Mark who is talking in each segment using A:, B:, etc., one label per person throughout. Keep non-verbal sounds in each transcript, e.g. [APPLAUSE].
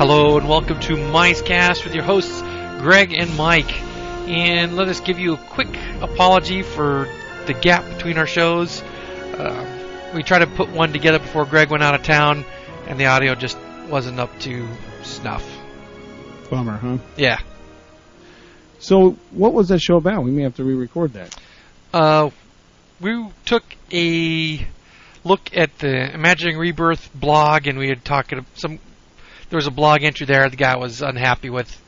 A: Hello and welcome to Micecast with your hosts Greg and Mike. And let us give you a quick apology for the gap between our shows. Uh, we tried to put one together before Greg went out of town, and the audio just wasn't up to snuff.
B: Bummer, huh?
A: Yeah.
B: So, what was that show about? We may have to re-record that.
A: Uh, we took a look at the Imagining Rebirth blog, and we had talked to some. There was a blog entry there. The guy was unhappy with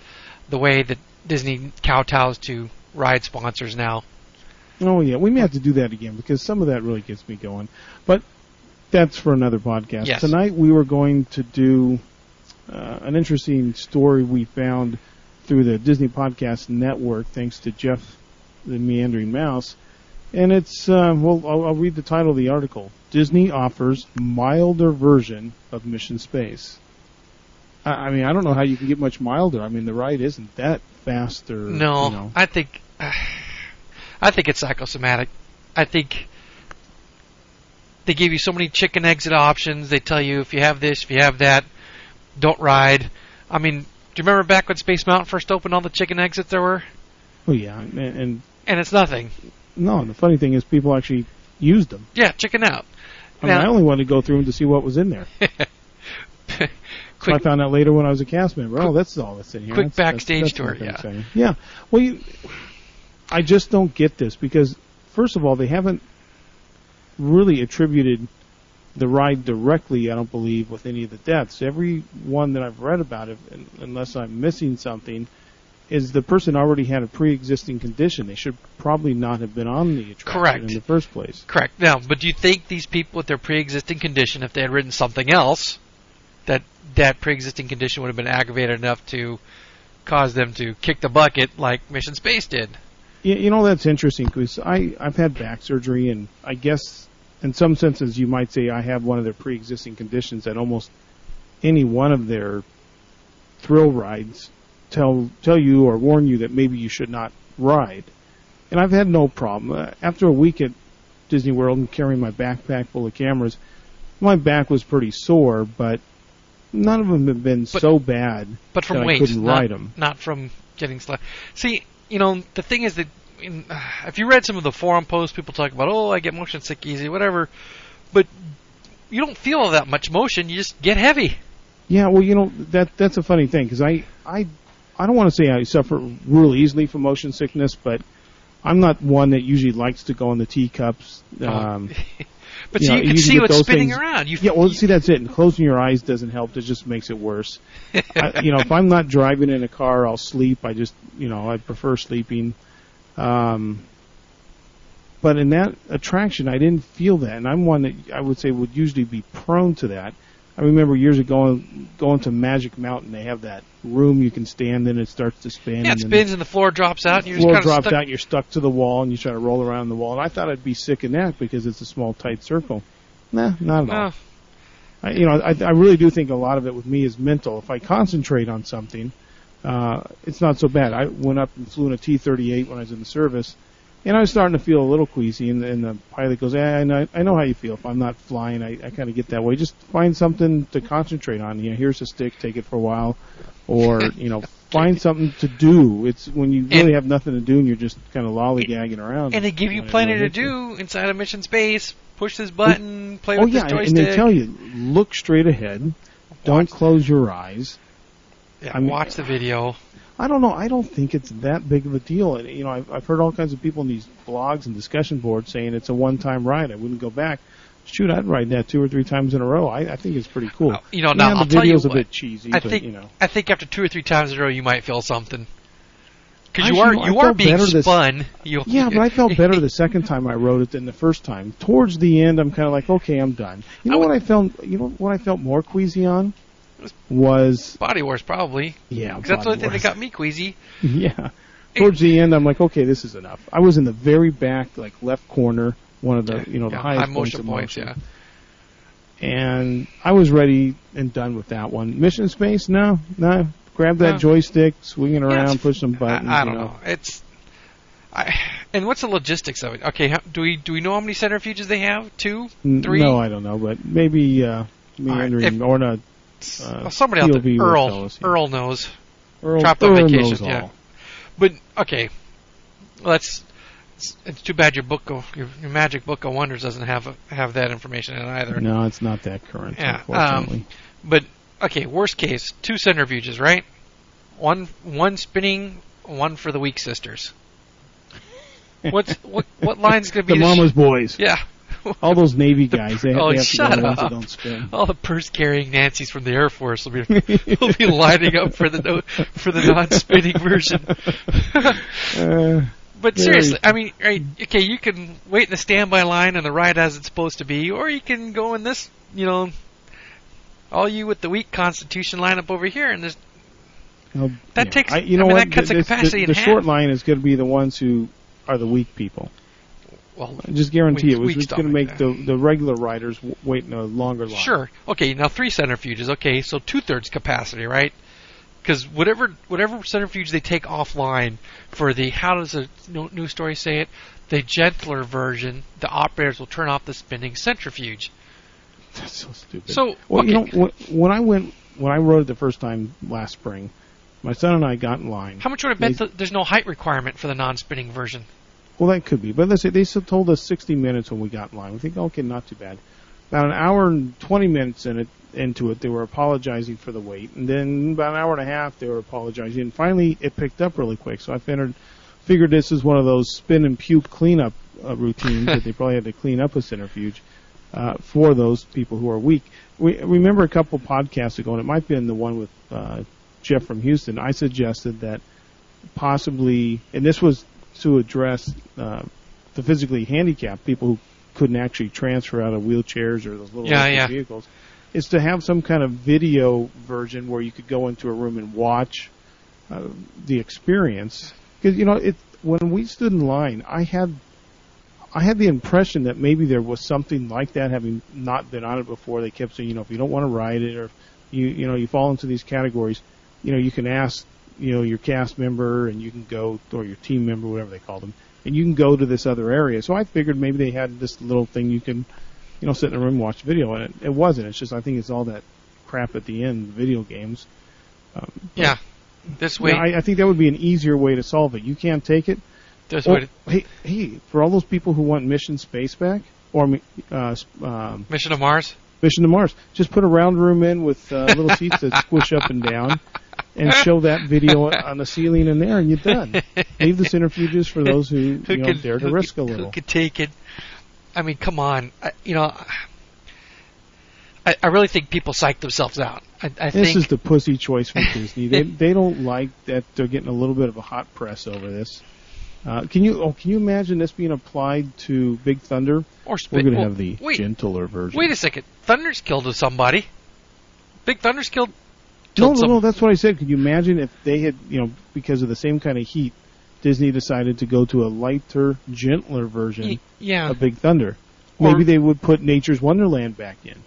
A: the way that Disney kowtows to ride sponsors now.
B: Oh yeah, we may have to do that again because some of that really gets me going. But that's for another podcast.
A: Yes.
B: Tonight we were going to do uh, an interesting story we found through the Disney Podcast Network, thanks to Jeff, the Meandering Mouse. And it's uh, well, I'll, I'll read the title of the article. Disney offers milder version of Mission Space. I, I mean, I don't know how you can get much milder. I mean, the ride isn't that fast or
A: No,
B: Mm, you know.
A: I think [SIGHS] I think it's psychosomatic. I think they give you so many chicken exit options. They tell you if you have this, if you have that, don't ride. I mean, do you remember back when Space Mountain first opened, all the chicken exits there were,
B: Oh yeah, and, and
A: and it's nothing.
B: No, and the funny thing is people actually used them.
A: Yeah, chicken out.
B: I mean,
A: Now-
B: I only wanted to go through them to see what was in there. So I
A: [LAUGHS] Quick-
B: found out later when I was a cast member. Oh, that's all that's in here.
A: quick
B: That's- that's-
A: backstage
B: that's
A: tour,
B: nothing
A: yeah.
B: exciting. Yeah. Well, you, I just don't get this because, first of all, they haven't really attributed the ride directly, I don't believe, with any of the deaths. Every one that I've read about it, un- unless I'm missing something, is the person already had a pre-existing condition. They should probably not have been on the attraction
A: Correct.
B: in the first place.
A: Correct. Now, but do you think these people with their pre-existing condition, if they had written something else, that that pre-existing condition would have been aggravated enough to cause them to kick the bucket like Mission Space did?
B: You, you know that's interesting because I I've had back surgery and I guess in some senses you might say I have one of their pre-existing conditions that almost any one of their thrill rides tell tell you or warn you that maybe you should not ride. And I've had no problem uh, after a week at Disney World and carrying my backpack full of cameras. My back was pretty sore, but none of them have been
A: But-
B: so bad.
A: But from
B: Then I
A: weight,
B: couldn't
A: not,
B: ride 'em.
A: not from getting slept. See, you know, the thing is that in, [SIGHS] if you read some of the forum posts, people talk about, oh, I get motion sick easy, whatever. But you don't feel that much motion; you just get heavy.
B: Yeah, well, you know that that's a funny thing because I I I don't want to say I suffer real easily from motion sickness, but I'm not one that usually likes to go in the teacups. Um,
A: But
B: You
A: so
B: know,
A: you
B: you
A: can
B: can
A: see
B: get
A: what's
B: those
A: spinning
B: things-
A: around. You,
B: yeah, well, see, that's it. And closing your eyes doesn't help; it just makes
A: [LAUGHS]
B: it worse. I, you know, if I'm not driving in a car, I'll sleep. I just you know I prefer sleeping. Um, but in that attraction, I didn't feel that, and I'm one that I would say would usually be prone to that. I remember years ago going to Magic Mountain. They have that room you can stand in. It starts to spin.
A: yeah, it
B: and then
A: spins and the floor drops out. And you're
B: the floor
A: just kind of
B: drops
A: stuck
B: out. You're stuck to the wall, and you try to roll around the wall. And I thought I'd be sick in that because it's a small, tight circle. Nah, not at all.
A: No,
B: I, you know, I, I really do think a lot of it with me is mental. If I concentrate on something, uh, it's not so bad. I went up and flew in a T-38 when I was in the service, and I was starting to feel a little queasy. And, and the pilot goes, eh, I, know, I know how you feel. If I'm not flying, I, I kind of get that way. Just find something to concentrate on. You know, here's a stick, take it for a while, or you know, find something to do. It's when you really
A: And-
B: have nothing to do and you're just kind of lollygagging around.
A: and they give you
B: when it
A: plenty
B: really
A: to
B: hits
A: do
B: you.
A: inside of Mission Space. Push this button, play
B: Oh
A: with this
B: yeah, and-
A: joystick.
B: and they tell you look straight ahead, don't close your eyes.
A: yeah,
B: I mean-
A: watch the video.
B: I don't know. I don't think it's that big of a deal. And, you know, I've, I've heard all kinds of people in these blogs and discussion boards saying it's a one-time ride. I wouldn't go back. Shoot, I'd ride that two or three times in a row. I, I think it's pretty cool.
A: Uh, you know,
B: yeah,
A: now,
B: the
A: I'll tell you
B: video's
A: what.
B: a bit cheesy,
A: I
B: but
A: think
B: you know,
A: I think after two or three times in a row, you might feel something. Because you
B: Actually,
A: are
B: no, I
A: you are
B: felt
A: being
B: better this-
A: spun. you
B: yeah.
A: [LAUGHS]
B: But I felt better the second time I rode it than the first time. Towards the end, I'm kind of like, okay, I'm done. You know
A: I would-
B: what I felt? You know what I felt more queasy on was
A: Body Wars probably.
B: yeah.
A: 'Cause that's the
B: Body
A: only thing that
B: Wars.
A: got me queasy.
B: [LAUGHS] Yeah. Towards the end, I'm like, okay, this is enough. I was in the very back, like left corner, one of the Uh, you know the
A: Yeah,
B: highest
A: high motion
B: points
A: points.
B: of
A: Yeah.
B: motion. And I was ready and done with that one. Mission Space, no, no. Grab that
A: No.
B: joystick, swing it
A: Yeah,
B: around,
A: it's-
B: push some buttons.
A: I, I
B: you
A: don't know. It's. I, [SIGHS] and what's the logistics of it? Okay, how, do we do we know how many centrifuges they have? Two,
B: N-
A: three.
B: No, I don't know, but maybe uh,
A: All right,
B: meandering
A: if-
B: or not. Uh,
A: well, somebody out
B: POV
A: there,
B: will
A: Earl,
B: tell us, yeah.
A: Earl knows.
B: Earl,
A: Chopped up
B: Earl
A: vacation,
B: knows
A: yeah.
B: all.
A: But okay, well, that's it's, it's too bad your book, of, your, your magic book of wonders doesn't have have that information in it either.
B: No, it's not that current,
A: Yeah, um,
B: unfortunately.
A: But okay, worst case, two centrifuges, right? One one spinning, one for the weak
B: [LAUGHS]
A: sisters. What's what? What line's gonna be?
B: the
A: sh-
B: mama's boys.
A: yeah, [LAUGHS]
B: All those Navy guys. They have,
A: oh,
B: they have to
A: shut
B: be the ones
A: up.
B: that don't spin.
A: all the purse carrying Nancys from the Air Force will be [LAUGHS] will be lining up for the no, for the non spinning version. [LAUGHS]
B: [LAUGHS] Uh,
A: but
B: Very
A: seriously, I mean, right, okay, you can wait in the standby line and the ride as it's supposed to be, or you can go in this, you know, all you with the weak constitution lineup over here, and there's
B: well,
A: That
B: yeah.
A: takes-
B: I, you know
A: I mean,
B: what?
A: that cuts the
B: This-
A: capacity in
B: the
A: half.
B: short line is going to be the ones who are the weak people.
A: well,
B: I just guarantee
A: Weak-
B: it. was
A: weak
B: just going to
A: stomach,
B: make the, the regular riders w- wait in a longer line.
A: Sure. Okay. Now three centrifuges. Okay, so two thirds capacity, right? Because whatever whatever centrifuge they take offline for the how does the no- news story say it? The gentler version, the operators will turn off the spinning centrifuge.
B: [LAUGHS] That's so stupid.
A: So
B: Well, you know,
A: okay,
B: wh- when I went, when I rode it the first time last spring, my son and I got in line.
A: how much would I bet that there's no height requirement for the non-spinning version?
B: Well, that could be, but let's say they still told us 60 minutes when we got in line. We think, okay, not too bad. About an hour and 20 minutes in it, into it, they were apologizing for the wait, and then about an hour and a half, they were apologizing. And finally, it picked up really quick. So I figured, figured this is one of those spin and puke cleanup uh, routines that they probably had to clean up a centrifuge uh, for those people who are weak. We remember a couple podcasts ago, and it might have been the one with uh, Jeff from Houston. I suggested that possibly, and this was to address uh, the physically handicapped people who couldn't actually transfer out of wheelchairs or those little
A: Yeah,
B: electric
A: yeah.
B: vehicles, is to have some kind of video version where you could go into a room and watch uh, the experience. Because you know, it when we stood in line, I had. I had the impression that maybe there was something like that, having not been on it before. They kept saying, you know, if you don't want to ride it, or if you, you know, you fall into these categories, you know, you can ask you know, your cast member and you can go, or your team member, whatever they call them, and you can go to this other area. So I figured maybe they had this little thing you can, you know, sit in a room and watch video, and it, it wasn't. It's just, I think it's all that crap at the end, video games.
A: Yeah. This
B: You know,
A: way.
B: I, I think that would be an easier way to solve it. You can't take it.
A: this
B: Or,
A: way.
B: hey, hey, for all those people who want Mission Space back, or uh, um,
A: Mission to Mars.
B: Mission to Mars. Just put a round room in with uh, little seats that squish up and down, and show that video on the ceiling in there, and you're done. Leave the centrifuges for those who,
A: Who
B: you know,
A: could
B: dare to
A: who
B: risk a
A: could-
B: little.
A: Who could take it? I mean, come on. I, you know, I, I really think people psych themselves out. I, I
B: This
A: think
B: is the pussy choice from Disney. They they don't like that they're getting a little bit of a hot press over this. Uh, can you oh, can you imagine this being applied to Big Thunder?
A: or
B: We're
A: spin-
B: going to
A: well,
B: have the
A: wait,
B: gentler version.
A: Wait a second. Thunder's killed somebody. Big Thunder's killed.
B: No,
A: killed
B: no,
A: some-
B: no. That's what I said. Could you imagine if they had, you know, because of the same kind of heat, Disney decided to go to a lighter, gentler version
A: Y- Yeah.
B: of Big Thunder?
A: Or-
B: Maybe they would put Nature's Wonderland back in.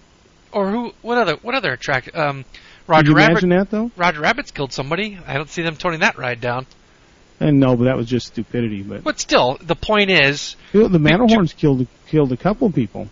A: Or who? What other? What other attract? Um,
B: Could
A: Roger
B: you
A: Rabbit.
B: imagine that though?
A: Roger Rabbit's killed somebody. I don't see them toning that ride down.
B: And no, but that was just stupidity. But
A: But still, the point is,
B: you know, the Matterhorns killed killed a couple people.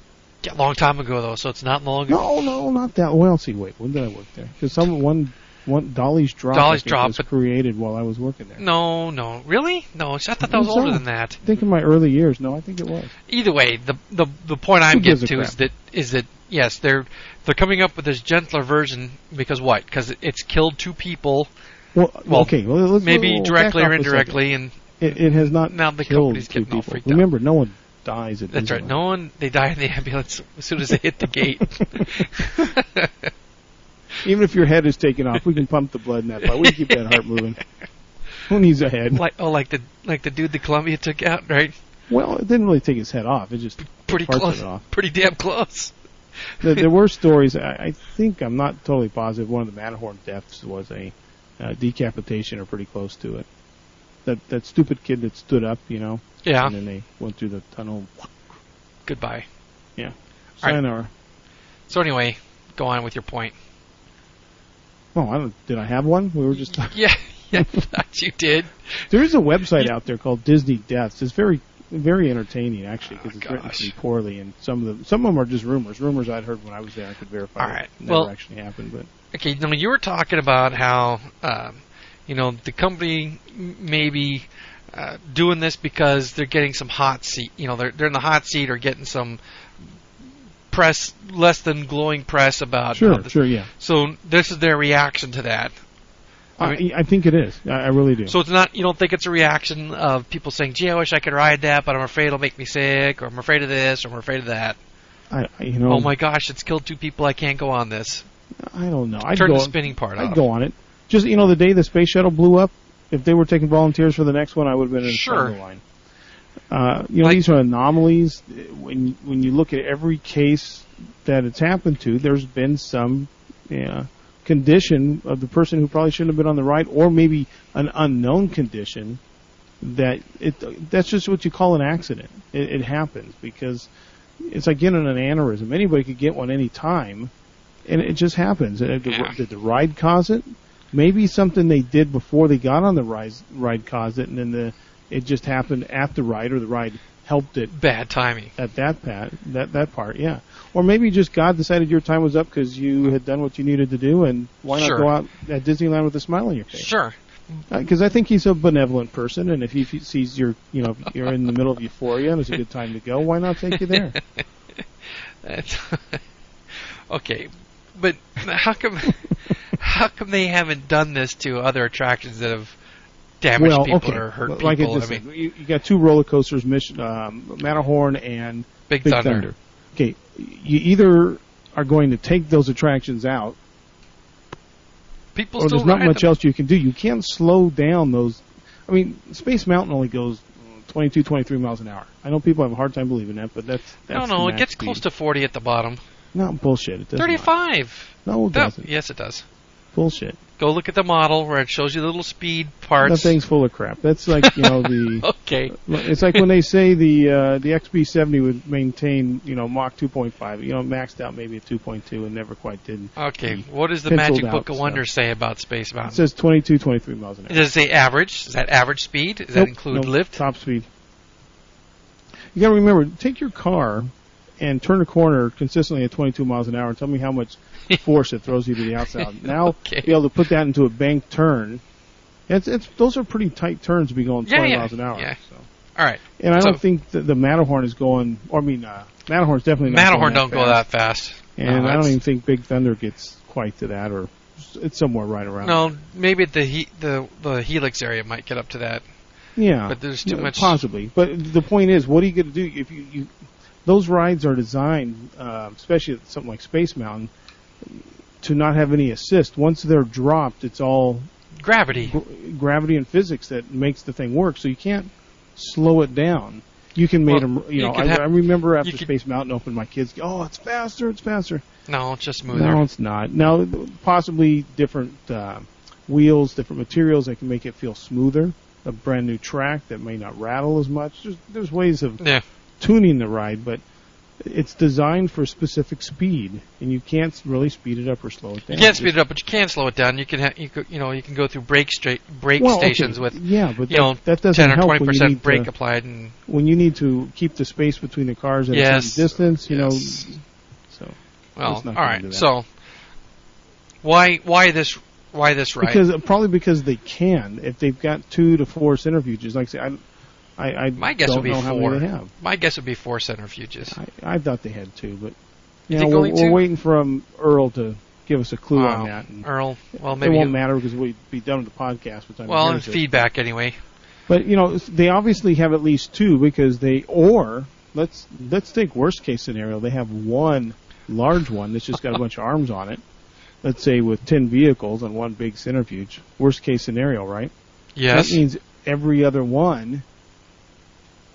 A: a long time ago though, so it's not long.
B: No, no, not that. Well, see, wait, when did I work there? Because some one one Dolly's Drop, I
A: Dolly's
B: think,
A: Drop,
B: was
A: but-
B: created while I was working there.
A: No, no, really? No, I thought that
B: I
A: was
B: think so.
A: older than that.
B: I think in my early years, no, I think it was.
A: Either way, the the the point I'm
B: Who gives
A: getting to
B: a
A: is that is that yes, they're they're coming up with this gentler version because what? Because it's killed two people,
B: Well,
A: Well,
B: okay, well, let's,
A: maybe
B: we'll back
A: directly
B: off
A: or
B: a second.
A: indirectly, and
B: It, it has not
A: Now the
B: killed
A: company's
B: two
A: getting all
B: people.
A: freaked out.
B: Remember, no one dies at
A: That's right.
B: Disneyland.
A: No one they die in the [LAUGHS] ambulance as soon as they hit the
B: [LAUGHS]
A: gate.
B: Even if your head is taken off, we can pump the blood in that body. We can keep that
A: [LAUGHS]
B: heart moving. Who needs a head?
A: like oh, like the like the dude the Columbia took out, right?
B: Well, it didn't really take his head off. It just
A: Pretty
B: parts
A: close.
B: it off.
A: Pretty damn close.
B: There, there were stories. I, I think I'm not totally positive. One of the Matterhorn deaths was a uh, decapitation or pretty close to it. That that stupid kid that stood up, you know,
A: Yeah.
B: and then they went through the tunnel.
A: Goodbye. All right.
B: Sayonara.
A: So anyway, go on with your point.
B: Oh, I don't. Did I have one? We were just.
A: Yeah, [LAUGHS] yeah, I thought you did.
B: There is a website out there called Disney Deaths. It's very, very entertaining actually because it's written
A: Oh, gosh.
B: pretty poorly, and some of them, some of them are just rumors. Rumors I'd heard when I was there, I could verify.
A: All right.
B: It never
A: Well-
B: actually happened, but
A: Okay, now you were talking about how um, you know the company maybe uh, doing this because they're getting some hot seat. You know, they're they're in the hot seat or getting some press less than glowing press about.
B: Sure,
A: how this-
B: sure, yeah.
A: So this is their reaction to that. I
B: I, I think it is. I, I really do.
A: So it's not you don't think it's a reaction of people saying, "Gee, I wish I could ride that, but I'm afraid it'll make me sick, or I'm afraid of this, or I'm afraid of that."
B: I, I- you know,
A: Oh my gosh, it's killed two people. I can't go on this.
B: I don't know. I'd
A: Turn
B: go,
A: the spinning part
B: I'd
A: off.
B: go on it. Just you know, the day the space shuttle blew up, if they were taking volunteers for the next one, I would have been in
A: Sure.
B: front of the line. Uh, you know,
A: Like-
B: these are anomalies. When when you look at every case that it's happened to, there's been some yeah, condition of the person who probably shouldn't have been on the ride, or maybe an unknown condition that it that's just what you call an accident. It, it happens because it's like getting an aneurysm. Anybody could get one any time, and it just happens. And did,
A: Yeah.
B: did the ride cause it? Maybe something they did before they got on the ride, ride caused it, and then the it just happened at the ride, or the ride helped it
A: Bad timing.
B: at that pat that that part. Yeah, or maybe just God decided your time was up because you had done what you needed to do, and why not
A: Sure.
B: go out at Disneyland with a smile on your face?
A: Sure.
B: because Uh, I think he's a benevolent person, and if he f- sees you're, you know, if you're in the middle of euphoria and it's a good time to go, why not take you there?
A: That's- [LAUGHS] okay, but how come [LAUGHS] [LAUGHS] how come they haven't done this to other attractions that have damaged
B: well,
A: people
B: okay,
A: or hurt
B: L-
A: people?
B: like it just
A: I mean,
B: said, you, you got two roller coasters, Mission, um, Matterhorn and
A: Big,
B: Big
A: Thunder.
B: Thunder. Okay, you either are going to take those attractions out,
A: People
B: or
A: still
B: there's not
A: ride
B: much
A: them.
B: else you can do. You can't slow down those. I mean, Space Mountain only goes. mm, 22, 23 miles an hour. I know people have a hard time believing that, but that's,
A: I
B: that's
A: don't know.
B: the
A: It
B: max
A: gets
B: speed.
A: close to forty at the bottom.
B: not bullshit. It does not.
A: Thirty-five.
B: No,
A: No,
B: it doesn't.
A: yes, it does.
B: Bullshit.
A: Go look at the model where it shows you the little speed parts.
B: That thing's full of crap. That's like you know the.
A: [LAUGHS] Okay.
B: It's like when they say the uh, the XB70 would maintain you know Mach 2.5. You know, maxed out maybe at 2.2 and never quite did.
A: Okay. What does the
B: Penciled
A: Magic Book
B: out
A: of
B: stuff.
A: Wonders say about Space
B: It
A: Mountain?
B: says 22, 23 miles an hour.
A: Does it say average? Does that average speed? Does
B: Nope,
A: that include
B: nope,
A: lift?
B: Top speed. You got to remember, take your car and turn a corner consistently at 22 miles an hour, and tell me
A: [LAUGHS]
B: how much force it throws you to the outside. Now,
A: Okay.
B: be able to put that into a banked turn. It's, it's those are pretty tight turns to be going
A: Yeah,
B: 20
A: yeah,
B: miles an hour.
A: yeah.
B: So.
A: All right.
B: And I
A: So-
B: don't think that the Matterhorn is going, or I mean, uh, Matterhorn's definitely not
A: Matterhorn
B: going
A: don't
B: that
A: go
B: fast.
A: that fast. No,
B: And I don't
A: that's-
B: even think Big Thunder gets quite to that, or it's somewhere right around.
A: No, maybe the he, the the helix area might get up to that.
B: Yeah.
A: But there's too
B: Yeah,
A: much-
B: Possibly. But the point is, what are you going to do if you, you those rides are designed, uh, especially at something like Space Mountain, to not have any assist. Once they're dropped, it's all
A: Gravity.
B: gr- gravity and physics that makes the thing work. So you can't slow it down. You can make
A: Well,
B: them. You
A: you
B: know,
A: could
B: I,
A: have-
B: I remember after
A: could-
B: Space Mountain opened, my kids. Oh, it's faster! It's faster.
A: No, it's just smoother.
B: No, it's not. Now, possibly different uh, wheels, different materials that can make it feel smoother. A brand new track that may not rattle as much. There's, there's ways of
A: Yeah.
B: tuning the ride, but it's designed for specific speed, and you can't really speed it up or slow it down.
A: You can't speed it up, but you can slow it down. You can ha- you, could, you know you can go through brake straight brake
B: Well, okay,
A: stations with
B: yeah, but
A: you know
B: that, that doesn't
A: ten or
B: help
A: twenty
B: when you
A: percent
B: need
A: brake
B: to,
A: applied and
B: when you need to keep the space between the cars at a
A: Yes.
B: certain distance. You
A: Yes.
B: know, so
A: well all
B: Let's not get into
A: right
B: that.
A: so why why this why this ride
B: because probably because they can if they've got two to four center futures. Like I, say, I, I, I
A: My guess
B: don't
A: would be
B: know how
A: four.
B: many they have.
A: my guess would be four centrifuges
B: I, I thought they had two, but
A: You
B: you know,
A: think
B: we're,
A: only two?
B: we're waiting from Earl to give us a clue
A: Wow.
B: on that. And
A: Earl well
B: it
A: maybe
B: won't
A: you-
B: matter because we'll be done with the podcast. By the time
A: well
B: he
A: and
B: hears it.
A: feedback anyway
B: But you know, they obviously have at least two because they or let's let's take worst case scenario. They have one large one that's just got a bunch of arms on it. Let's say with ten vehicles and one big centrifuge. Worst case scenario, right?
A: yes
B: That means every other one,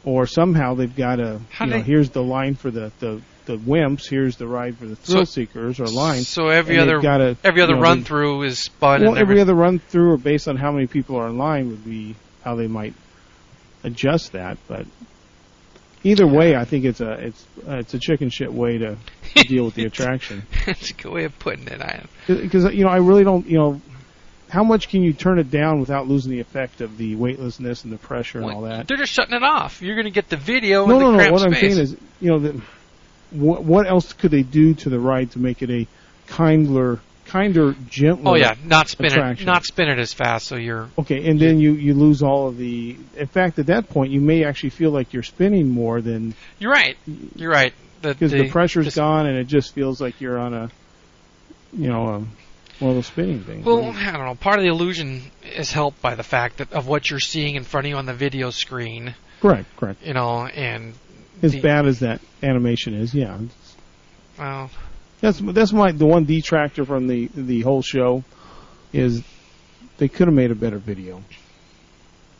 B: or somehow they've got a
A: How
B: you know
A: they-
B: here's the line for the the the wimps, here's the ride for the thrill
A: So-
B: seekers or line.
A: so every
B: and they've
A: other
B: gotta,
A: every
B: you
A: other
B: know,
A: run
B: they-
A: through is spun
B: well,
A: and
B: every
A: every
B: other run through, or based on how many people are in line, would be how they might adjust that. But either way, I think it's a it's uh, it's a chicken shit way to,
A: [LAUGHS]
B: to deal with the attraction.
A: that's a good way of putting it I
B: Because you know, I really don't. You know, how much can you turn it down without losing the effect of the weightlessness and the pressure and all that?
A: they're just shutting it off you're gonna get the video
B: no,
A: and
B: no,
A: the
B: no.
A: cramped
B: What I'm
A: space
B: saying is, you know, that what, what else could they do to the ride to make it a kindler kinder, gentler.
A: Oh yeah, not spin it,
B: Attraction.
A: not spin it as fast. So you're
B: Okay, and then you you lose all of the. In fact, at that point, you may actually feel like you're spinning more than
A: you're right. You're right.
B: because the, pressure's
A: just-
B: gone, and it just feels like you're on a, you know, um, one of those spinning things.
A: Well, I don't know. Part of the illusion is helped by the fact that of what you're seeing in front of you on the video screen,
B: correct, correct.
A: you know, and
B: As
A: the-
B: bad as that animation is, yeah,
A: well,
B: that's that's my the one detractor from the the whole show is they could have made a better video.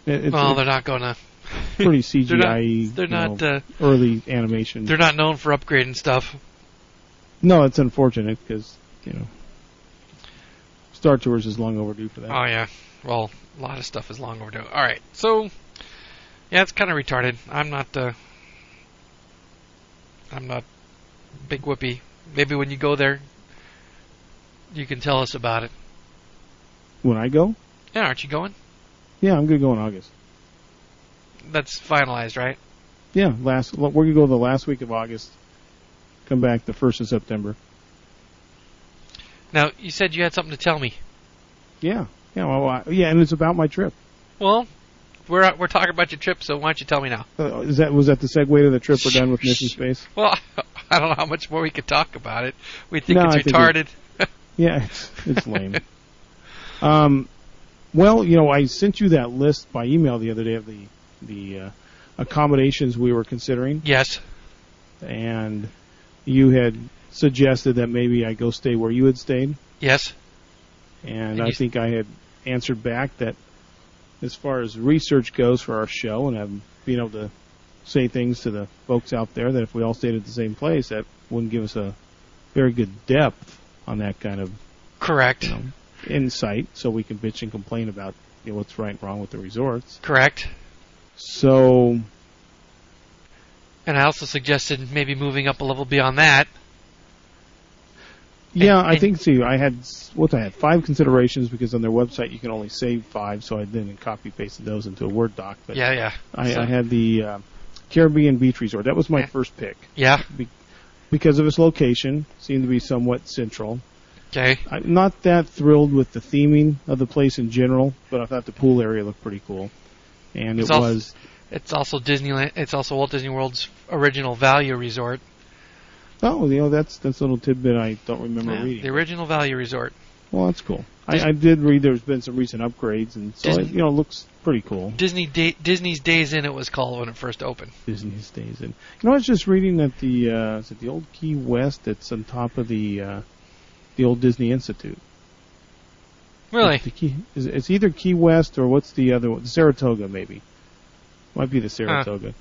B: It, it's
A: well,
B: it's
A: they're not gonna.
B: pretty
A: They're not.
B: CGI.
A: They're
B: you know,
A: not. Uh,
B: early animation.
A: they're not known for upgrading stuff.
B: No, it's unfortunate because you know Star Tours is long overdue for that.
A: Oh yeah. Well, a lot of stuff is long overdue. All right. So, yeah, it's kind of retarded. I'm not. Uh, I'm not big whoopee. Maybe when you go there, you can tell us about it.
B: when I go,
A: Yeah, aren't you going?
B: yeah, I'm gonna go in August.
A: That's finalized, right?
B: Yeah, last well, we're gonna go the last week of August. Come back the first of September.
A: Now you said you had something to tell me.
B: Yeah, yeah, well, I, yeah, and it's about my trip.
A: Well, we're we're talking about your trip, so why don't you tell me now?
B: Uh, is that was that the segue to the trip we're done with Mission Space?
A: Well, [LAUGHS] I don't know how much more we could talk about it. We think
B: No,
A: it's
B: I think
A: retarded.
B: Yeah, it's it's lame. um, well, you know, I sent you that list by email the other day of the the uh, accommodations we were considering.
A: yes.
B: and you had suggested that maybe I go stay where you had stayed,
A: Yes.
B: and
A: And
B: I
A: you-
B: think I had answered back that as far as research goes for our show, and I'm being able to say things to the folks out there that if we all stayed at the same place, that wouldn't give us a very good depth on that kind of
A: Correct.
B: you know, insight, so we can bitch and complain about you know, what's right and wrong with the resorts.
A: Correct.
B: So
A: And I also suggested maybe moving up a level beyond that.
B: Yeah,
A: And-
B: I
A: and-
B: think so. I had what I had five considerations because on their website you can only save five, so I then copy pasted those into a Word doc. But
A: Yeah, yeah.
B: I,
A: so-
B: I had the uh, Caribbean Beach Resort. That was my
A: Yeah.
B: first pick
A: Yeah.
B: because of its location, seemed to be somewhat central.
A: Okay.
B: I'm not that thrilled with the theming of the place in general, but I thought the pool area looked pretty cool, and
A: It's
B: it
A: also-
B: was
A: It's also Disneyland. It's also Walt Disney World's original value resort.
B: oh, you know that's that's a little tidbit I don't remember
A: Yeah,
B: reading.
A: The original value resort.
B: Well, that's cool. I, I did read there's been some recent upgrades, and so it,
A: Disney-
B: you know looks pretty cool.
A: Disney da- Disney's Days Inn. It was called when it first opened.
B: Disney stays in. You know, I was just reading that the uh, is it the old Key West that's on top of the uh, the old Disney Institute.
A: Really?
B: [LAUGHS] It's, the Key, is, it's either Key West or what's the other one? Saratoga maybe. Might be the Saratoga.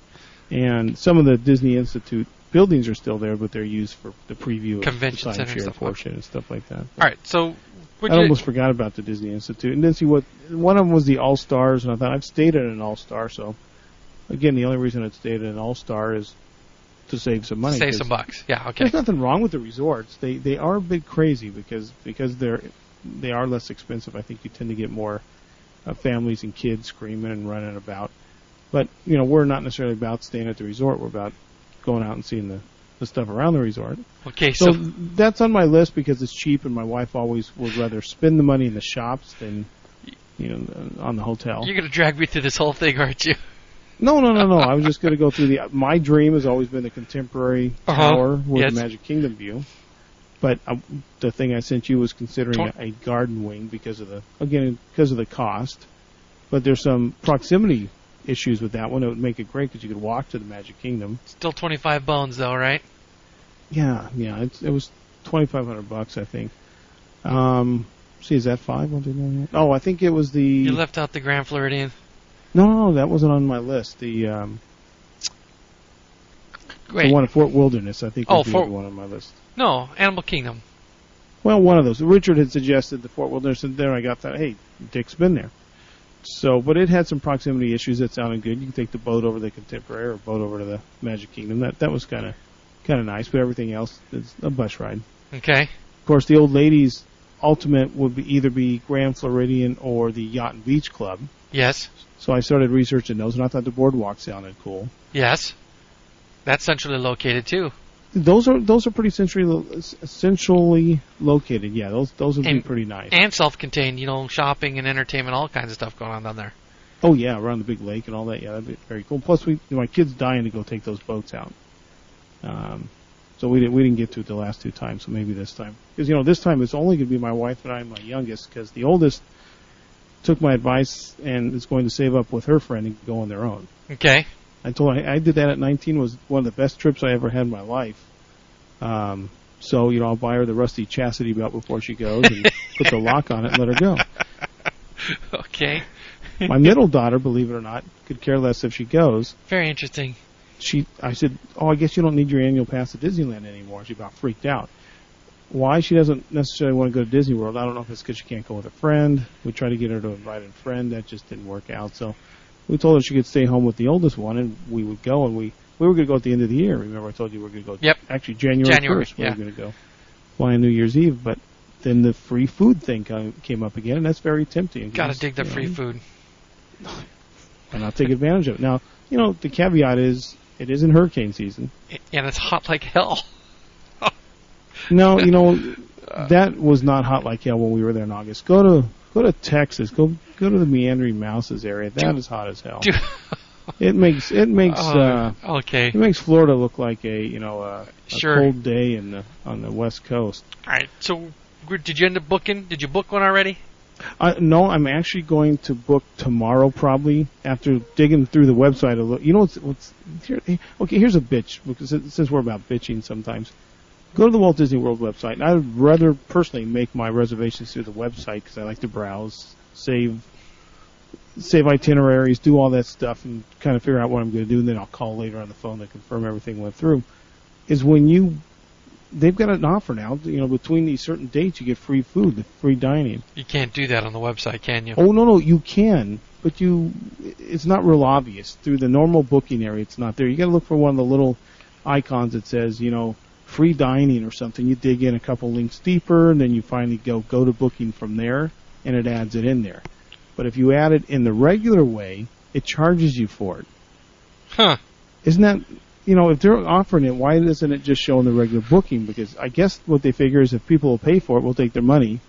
B: And some of the Disney Institute buildings are still there, but they're used for the preview of
A: Convention
B: the
A: center and
B: timeshare
A: stuff like-
B: portion and stuff like that.
A: All right. So, would
B: I
A: you,
B: almost forgot about the Disney Institute, and then see what one of them was the All Stars, and I thought I've stayed at an All Star, so again, the only reason I'd stayed at an All Star is to save some money.
A: save
B: 'cause
A: some bucks. Yeah. Okay.
B: [LAUGHS] There's nothing wrong with the resorts; they they are a bit crazy because because they're they are less expensive. I think you tend to get more uh, families and kids screaming and running about, but you know we're not necessarily about staying at the resort. We're about going out and seeing the the stuff around the resort.
A: Okay.
B: So
A: So,
B: that's on my list because it's cheap, and my wife always would rather spend the money in the shops than you know on the hotel.
A: you're gonna drag me through this whole thing, aren't you?
B: No, no, no, no. I was just going to go through the. My dream has always been the contemporary
A: Uh-huh.
B: tower with
A: Yes.
B: the Magic Kingdom view. But I, the thing I sent you was considering
A: Tor-
B: a, a garden wing because of the again because of the cost. But there's some proximity issues with that one. It would make it great because you could walk to the Magic Kingdom.
A: Still 25 bones though, right?
B: Yeah, yeah. It's, it was twenty five hundred bucks, I think. Um, see, is that five? One, two, three, four. Oh, I think it was the.
A: You left out the Grand Floridian.
B: no, no, no, that wasn't on my list. The um,
A: Wait,
B: the one at Fort Wilderness, I think,
A: Oh,
B: was the
A: Fort-
B: other one on my list.
A: no, Animal Kingdom.
B: Well, one of those. Richard had suggested the Fort Wilderness, and there I got that. Hey, Dick's been there. So, but it had some proximity issues that sounded good. You can take the boat over to the Contemporary or boat over to the Magic Kingdom. That that was kind of kind of nice. But everything else, it's a bus ride.
A: Okay.
B: Of course, the old lady's ultimate would be either be Grand Floridian or the Yacht and Beach Club.
A: Yes.
B: So I started researching those, and I thought the boardwalk sounded cool.
A: Yes. That's centrally located too.
B: Those are those are pretty centrally centrally located. Yeah, those those would be
A: And-
B: pretty nice.
A: and self-contained. You know, shopping and entertainment, all kinds of stuff going on down there.
B: oh yeah, around the big lake and all that. Yeah, that'd be very cool. Plus, we my kids dying to go take those boats out. Um, so we didn't we didn't get to it the last two times. So maybe this time, because you know this time it's only going to be my wife and I, and my youngest, because the oldest took my advice and is going to save up with her friend and go on their own.
A: Okay. [LAUGHS]
B: I told her I I did that at 19 was one of the best trips I ever had in my life. Um, so you know I'll buy her the rusty chastity belt before she goes and put the lock on it and let her go.
A: Okay.
B: My middle daughter, believe it or not, could care less if she goes.
A: Very interesting.
B: She, I said, oh, I guess you don't need your annual pass to Disneyland anymore. She about freaked out. Why she doesn't necessarily want to go to Disney World, I don't know if it's because she can't go with a friend. We tried to get her to invite a friend, that just didn't work out. So we told her she could stay home with the oldest one, and we would go. And we we were going to go at the end of the year. Remember, I told you we were going to go.
A: Yep.
B: Actually, January
A: January,
B: first, we
A: yeah.
B: were going to go flying New Year's Eve, but then the free food thing come, came up again, and that's very tempting.
A: Got to
B: Because,
A: dig the
B: you know,
A: free food.
B: and I'll take advantage of it. Now, you know, the caveat is it isn't hurricane season.
A: And it's hot like hell. [LAUGHS]
B: No, you know, that was not hot like hell when we were there in August. Go to go to Texas. Go go to the meandering mouses area. That is hot as hell.
A: Dude.
B: It makes it makes uh,
A: Oh, okay.
B: it makes Florida look like a you know a, a
A: Sure.
B: cold day in the, on the west coast.
A: All right. So, where- did you end up booking? Did you book one already?
B: Uh, no, I'm actually going to book tomorrow probably after digging through the website a little. You know what's, what's here, eh, okay? Here's a bitch because since- since we're about bitching sometimes, go to the Walt Disney World website. And I'd rather personally make my reservations through the website because I like to browse, save, save itineraries, do all that stuff, and kind of figure out what I'm going to do. And then I'll call later on the phone to confirm everything went through. Is when you they've got an offer now. You know, between these certain dates, you get free food, free dining.
A: You can't do that on the website, can you?
B: Oh no, no, you can, but you, it's not real obvious through the normal booking area. It's not there. You got to look for one of the little icons that says, you know, free dining or something. You dig in a couple links deeper, and then you finally go go to booking from there, and it adds it in there. But if you add it in the regular way, it charges you for it.
A: Huh.
B: Isn't that? You know, if they're offering it, why doesn't it just show in the regular booking? Because I guess what they figure is if people will pay for it, we'll take their money,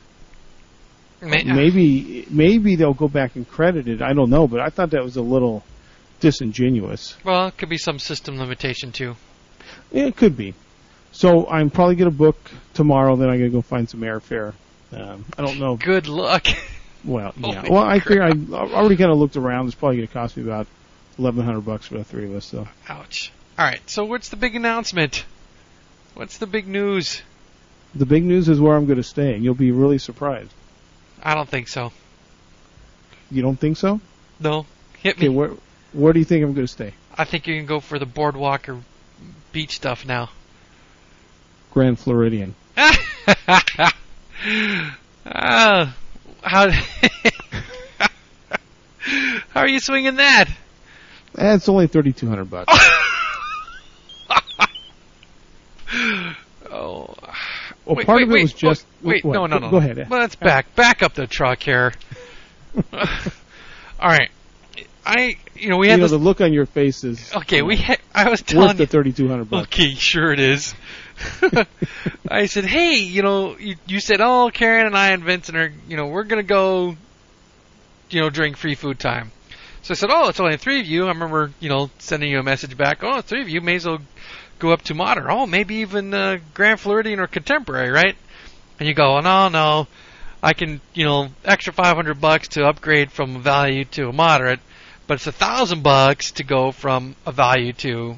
B: Oh,
A: May-
B: maybe maybe they'll go back and credit it. I don't know, but I thought that was a little disingenuous.
A: Well, it could be some system limitation too.
B: Yeah, it could be. So I'm probably gonna book tomorrow. Then I'm gonna go find some airfare. Um, I don't know.
A: Good luck. [LAUGHS]
B: Well, yeah.
A: Holy
B: Well, I figure I I already kind of looked around. It's probably gonna cost me about eleven hundred bucks for the three of us. So
A: Ouch. All right. So, what's the big announcement? What's the big news?
B: the big news is where I'm gonna stay, and you'll be really surprised.
A: I don't think so.
B: You don't think so?
A: No. Hit
B: Okay,
A: me.
B: where where do you think I'm gonna stay?
A: I think you can go for the boardwalk or beach stuff now.
B: Grand Floridian.
A: Ah, how [LAUGHS] how are you swinging that? [LAUGHS]
B: Eh, it's only thirty two hundred bucks.
A: Oh,
B: Well,
A: wait,
B: part
A: wait,
B: of it
A: wait, Oh,
B: was just
A: wait,
B: what?
A: no, no,
B: Go-
A: no.
B: Go ahead.
A: Let's back back up the truck
B: [LAUGHS]
A: here. [LAUGHS] All right, I you know we
B: you
A: had
B: know,
A: this.
B: the look on your
A: [LAUGHS]
B: face is
A: okay, we had, I was
B: worth
A: telling
B: the
A: you.
B: thirty
A: [LAUGHS]
B: two hundred bucks.
A: Okay, sure it is. [LAUGHS] I said, hey, you know, you, you said, oh, Karen and I and Vincent are, you know, we're gonna go, you know, during free food time. So I said, oh, it's only three of you. I remember, you know, sending you a message back. Oh, three of you may as well go up to modern. Oh, maybe even uh, Grand Floridian or contemporary, right? And you go, oh, no, no, I can, you know, extra 500 bucks to upgrade from a value to a moderate, but it's a thousand bucks to go from a value to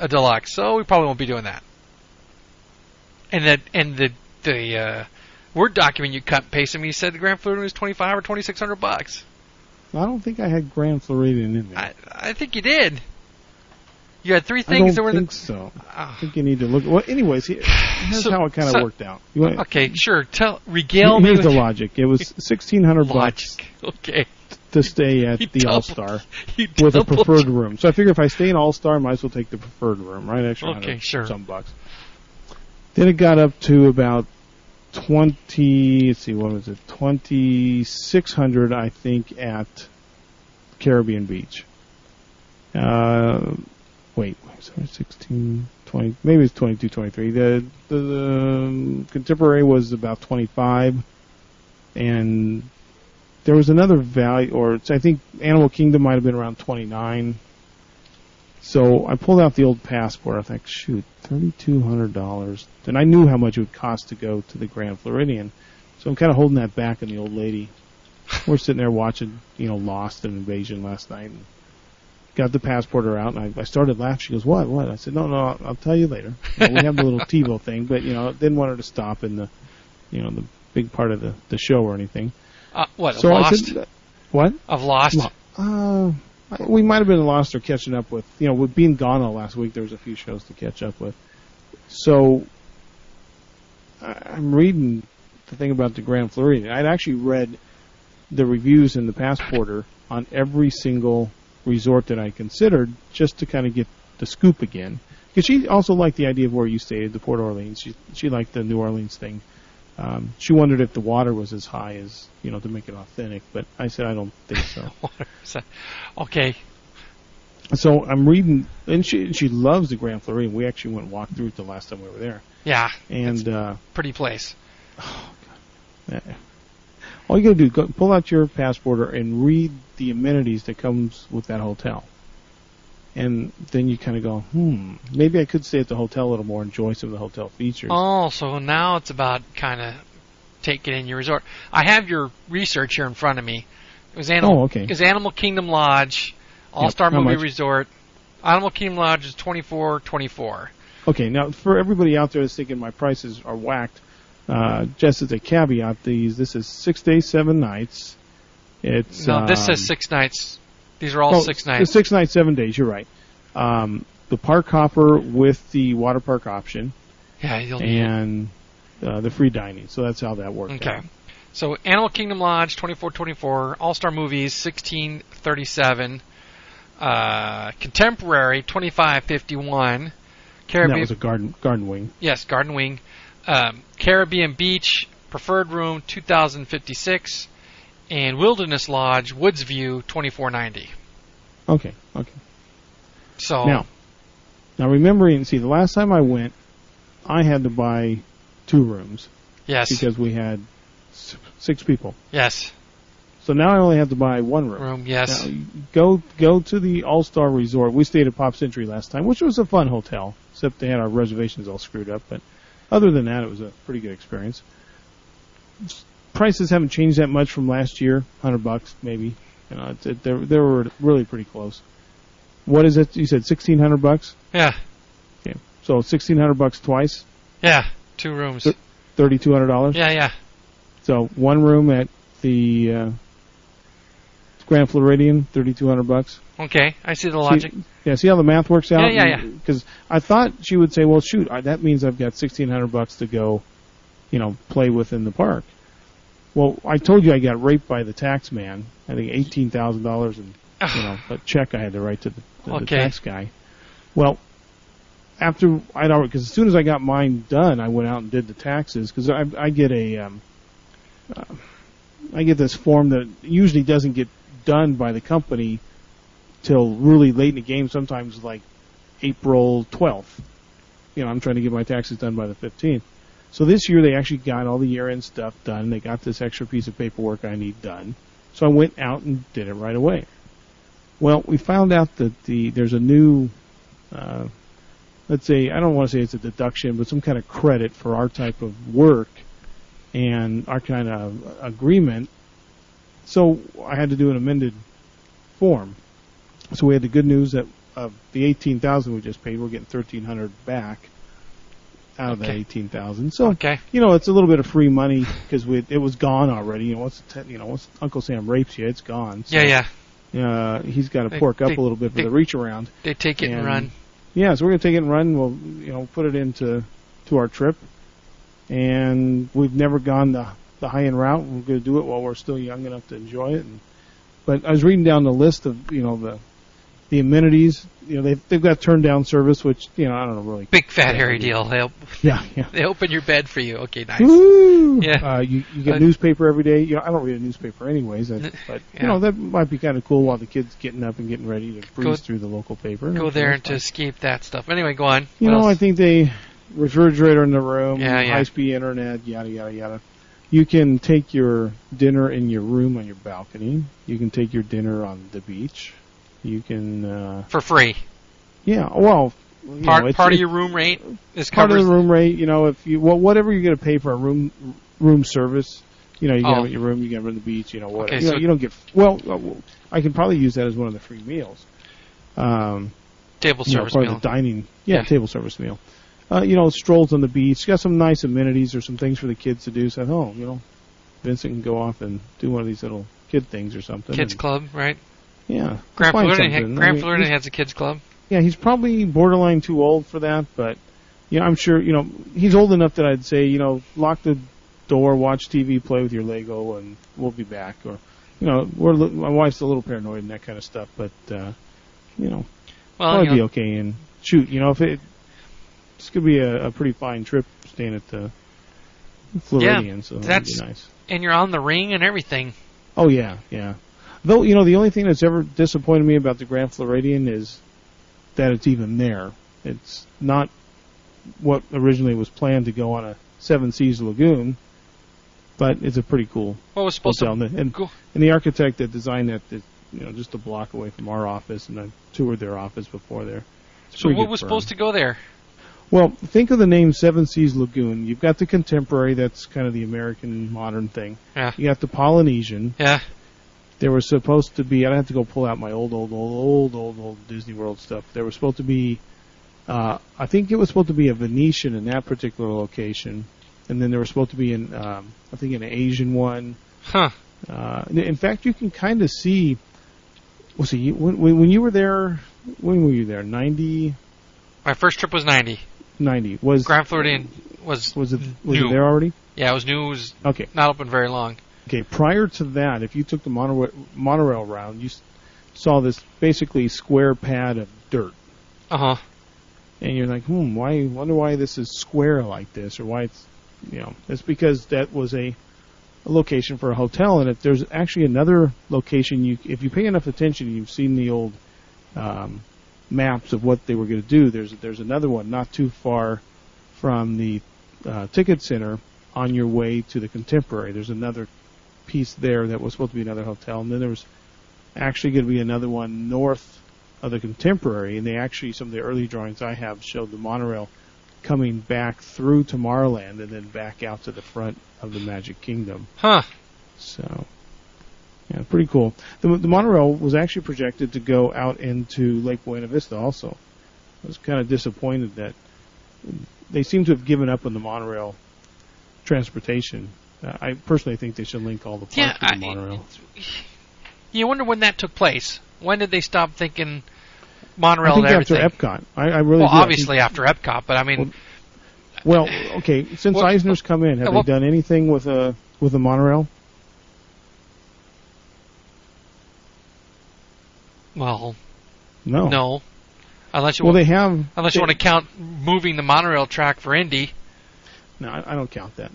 A: a deluxe, so we probably won't be doing that. And that and the the uh, word document you cut and pasted me said the Grand Floridian was twenty five or twenty six hundred bucks.
B: I don't think I had Grand Floridian in there.
A: I I think you did. You had three
B: I
A: things that
B: don't
A: were
B: think
A: the
B: so. I
A: Ah,
B: think you need to look. Well, anyways, he- here's
A: So-
B: how it kind of
A: so-
B: worked out. You want,
A: okay, sure. Tell regale me
B: here's
A: with
B: the
A: your
B: logic. It was sixteen hundred bucks
A: logic. [LAUGHS] Okay,
B: to stay at
A: You
B: the
A: doubled-
B: All Star
A: you
B: with a
A: doubled-
B: preferred room. So I figure if I stay in All Star, I might as well take the preferred room, right? Extra
A: Okay,
B: 100
A: sure.
B: some bucks. Then it got up to about twenty. Let's see, what was it? Twenty six hundred, I think, at Caribbean Beach. Uh, wait, sorry, 16, 26 20, maybe it's 22, 23. The, the, the contemporary was about 25, and there was another value, or I think Animal Kingdom might have been around 29. So I pulled out the old passport. I think, shoot, thirty-two hundred dollars, and I knew how much it would cost to go to the Grand Floridian. So I'm kind of holding that back on the old lady. We're sitting there watching, you know, Lost and Invasion last night. And got the passporter out, and I, I started laughing. She goes, "What? What?" I said, "No, no, I'll, I'll tell you later." You know, we have the little TiVo thing, but you know, didn't want her to stop in the, you know, the big part of the the show or anything.
A: Uh, what?
B: So
A: lost?
B: I said, "What?"
A: I've lost. [LAUGHS]
B: Lo- Uh, we might have been lost or catching up with. You know, with being gone all last week, there was a few shows to catch up with. So I- I'm reading the thing about the Grand Floridian. I'd actually read the reviews in the Passporter on every single resort that I considered, just to kind of get the scoop again. Because she also liked the idea of where you stayed, the Port Orleans. She she liked the New Orleans thing. Um, she wondered if the water was as high as you know to make it authentic, but I said I don't think so.
A: okay.
B: So I'm reading, and she she loves the Grand Floridian. We actually went and walked through it the last time we were there,
A: Yeah.
B: and uh,
A: Pretty place.
B: eh, all you got to do is go, pull out your passporter and read the amenities that comes with that hotel, and then you kind of go, hmm, maybe I could stay at the hotel a little more, enjoy some of the hotel features.
A: Oh, so now it's about kind of taking in your resort. I have your research here in front of me. It was Animal,
B: Oh, okay.
A: it was Animal Kingdom Lodge, All Star
B: how
A: Movie
B: much?
A: Resort. Animal Kingdom Lodge is twenty four twenty four.
B: Okay, now for everybody out there that's thinking my prices are whacked, uh, just as a caveat, these this is six days, seven nights. It's
A: No, this
B: um,
A: says six nights. These are all
B: Oh,
A: six
B: it's
A: nights.
B: Six nights, seven days. You're right. Um, the park hopper with the water park option
A: yeah, you'll need it.
B: and uh, the free dining. So that's how that worked.
A: Okay.
B: out.
A: So Animal Kingdom Lodge, 2424, All Star Movies, 1637, uh, Contemporary, 2551,
B: And that
A: Caribbean,
B: was a garden garden wing.
A: yes, Garden Wing, um, Caribbean Beach, Preferred Room, 2056, and Wilderness Lodge, Woods View, 2490.
B: Okay. Okay.
A: So,
B: Now, now remembering, see, the last time I went, I had to buy two rooms
A: yes,
B: because we had s- six people.
A: yes,
B: So now I only have to buy one room.
A: room, yes,
B: Now, go go to the All Star Resort. We stayed at Pop Century last time, which was a fun hotel, except they had our reservations all screwed up. But other than that, it was a pretty good experience. Prices haven't changed that much from last year, hundred bucks maybe. You know, it's, it, they they were really pretty close. What is it? You said sixteen hundred bucks.
A: yeah,
B: So sixteen hundred bucks twice,
A: yeah, two rooms,
B: Th- thirty two hundred dollars.
A: yeah, yeah,
B: So one room at the uh, Grand Floridian, thirty two hundred bucks.
A: okay, I see the logic.
B: See, yeah, see how the math works out.
A: Yeah, yeah, yeah.
B: Because I thought she would say, "Well, shoot, I, that means I've got sixteen hundred bucks to go, you know, play with in the park." Well, I told you I got raped by the tax man. I think eighteen thousand dollars in you know a check I had to write to the, to the
A: Okay.
B: tax guy. Well, after I'd already because as soon as I got mine done, I went out and did the taxes because I, I get a um, uh, I get this form that usually doesn't get done by the company till really late in the game, sometimes like April 12th. You know, I'm trying to get my taxes done by the 15th. So this year they actually got all the year end stuff done. They got this extra piece of paperwork I need done. So I went out and did it right away. Well, we found out that the there's a new, uh, let's say I don't want to say it's a deduction, but some kind of credit for our type of work and our kind of agreement. So I had to do an amended form. So we had the good news that of the eighteen thousand we just paid, we're getting thirteen hundred back out of that
A: Okay.
B: eighteen thousand. So
A: Okay,
B: you know, it's a little bit of free money because it was gone already. You know, once the te- you know, once Uncle Sam rapes you, it's gone. So,
A: yeah, yeah,
B: Uh, he's got to
A: They-
B: pork up
A: they-
B: a little bit for
A: they-
B: the reach around.
A: they take it and
B: And-
A: run.
B: Yeah, so we're gonna take it and run. We'll you know put it into to our trip, and we've never gone the the high end route. We're gonna do it while we're still young enough to enjoy it. And, but I was reading down the list of you know the the amenities. You know, they've they've got turn down service, which you know I don't know really
A: Big fat hairy
B: Yeah.
A: deal. They'll
B: Yeah, yeah.
A: They open your bed for you. Okay, nice.
B: Woo!
A: Yeah.
B: Uh, you, you get
A: Uh,
B: newspaper every day. You know, I don't read a newspaper anyways, I,
A: [LAUGHS]
B: but
A: Yeah.
B: you know that might be kind of cool while the kids getting up and getting ready to breeze through the local paper.
A: Go there
B: That's
A: and to
B: fine.
A: escape that stuff. Anyway, go on.
B: You
A: What
B: know,
A: else?
B: I think they refrigerator in the room,
A: Yeah, yeah.
B: high-speed internet, yada yada yada. You can take your dinner in your room on your balcony. You can take your dinner on the beach. You can, uh,
A: for free.
B: yeah. Well, you
A: Part
B: know, it's-
A: part of
B: it's-
A: your room rate is
B: part
A: covered.
B: of the room rate. You know, if you well, whatever you're going to pay for a room room service, you know, you can
A: Oh.
B: have it at your room, you can have it at the beach, you know, whatever.
A: Okay,
B: you, know,
A: so-
B: you don't get well. uh, well, I can probably use that as one of the free meals. Um,
A: table
B: you know,
A: service
B: part
A: meal.
B: of the dining, yeah,
A: Yeah.
B: table service meal. Uh, you know, strolls on the beach. Got some nice amenities or some things for the kids to do so at home. You know, Vincent can go off and do one of these little kid things or something.
A: Kids
B: and-
A: club, right?
B: yeah.
A: Grand
B: find
A: Floridian, ha-
B: something. I
A: Grand
B: mean,
A: Floridian has a kids club.
B: yeah, he's probably borderline too old for that, but you know, I'm sure you know he's old enough that I'd say you know lock the door, watch TV, play with your Lego, and we'll be back. Or you know, we're li- my wife's a little paranoid and that kind of stuff, but uh, you know,
A: Well,
B: probably
A: you know,
B: be okay. And shoot, you know, if it it's gonna be a, a pretty fine trip staying at the Floridian, so that'd
A: that's-
B: be nice.
A: and you're on the ring and everything.
B: Oh yeah, yeah. Though you know the only thing that's ever disappointed me about the Grand Floridian is that it's even there. It's not what originally was planned to go on a Seven Seas Lagoon, but it's a pretty cool
A: What was supposed
B: hotel. And, and,
A: to go?
B: and the architect that designed that, is, you know, just a block away from our office, and I toured their office before there. It's a
A: So
B: pretty
A: what
B: good
A: was
B: firm.
A: supposed to go there?
B: Well, think of the name Seven Seas Lagoon. You've got the contemporary, that's kind of the American modern thing.
A: Yeah.
B: You got the Polynesian.
A: Yeah.
B: There was supposed to be. I'd have to go pull out my old, old, old, old, old, old Disney World stuff. There was supposed to be. Uh, I think it was supposed to be a Venetian in that particular location, and then there was supposed to be an. Um, I think an Asian one.
A: Huh.
B: Uh, in- in fact, you can kind of see. Well, see, you- when, when when you were there, when were you there? 90,
A: My first trip was 90.
B: 90. Was
A: Grand Floridian was
B: was it was
A: new.
B: it there already?
A: Yeah, it was new. It was
B: Okay.
A: not open very long.
B: Okay, prior to that, if you took the monorail, monorail round, you s- saw this basically square pad of dirt.
A: Uh huh.
B: And you're like, hmm, why, wonder why this is square like this, or why it's, you know, it's because that was a, a location for a hotel, and if there's actually another location, you, if you pay enough attention, you've seen the old, um, maps of what they were going to do. There's, there's another one not too far from the, uh, ticket center on your way to the contemporary. There's another piece there that was supposed to be another hotel, and then there was actually going to be another one north of the contemporary, and they actually some of the early drawings I have showed the monorail coming back through Tomorrowland and then back out to the front of the Magic Kingdom.
A: Huh.
B: So, yeah, pretty cool. The, the monorail was actually projected to go out into Lake Buena Vista also. I was kind of disappointed that they seem to have given up on the monorail transportation. Uh, I personally think they should link all the parks
A: Yeah,
B: to the
A: I-
B: monorail.
A: You wonder when that took place. When did they stop thinking
B: I
A: monorail
B: think
A: and
B: after
A: everything?
B: Epcot. I, I
A: well,
B: really do. I think-
A: obviously after Epcot, but I mean,
B: Well, Well, okay. Since
A: Well-
B: Eisner's come in, have
A: Well-
B: they done anything with a with a monorail?
A: well,
B: No.
A: no. Unless you
B: oh. Well,
A: want,
B: they have.
A: unless you
B: they-
A: want to count moving the monorail track for Indy.
B: No, I, I don't count that.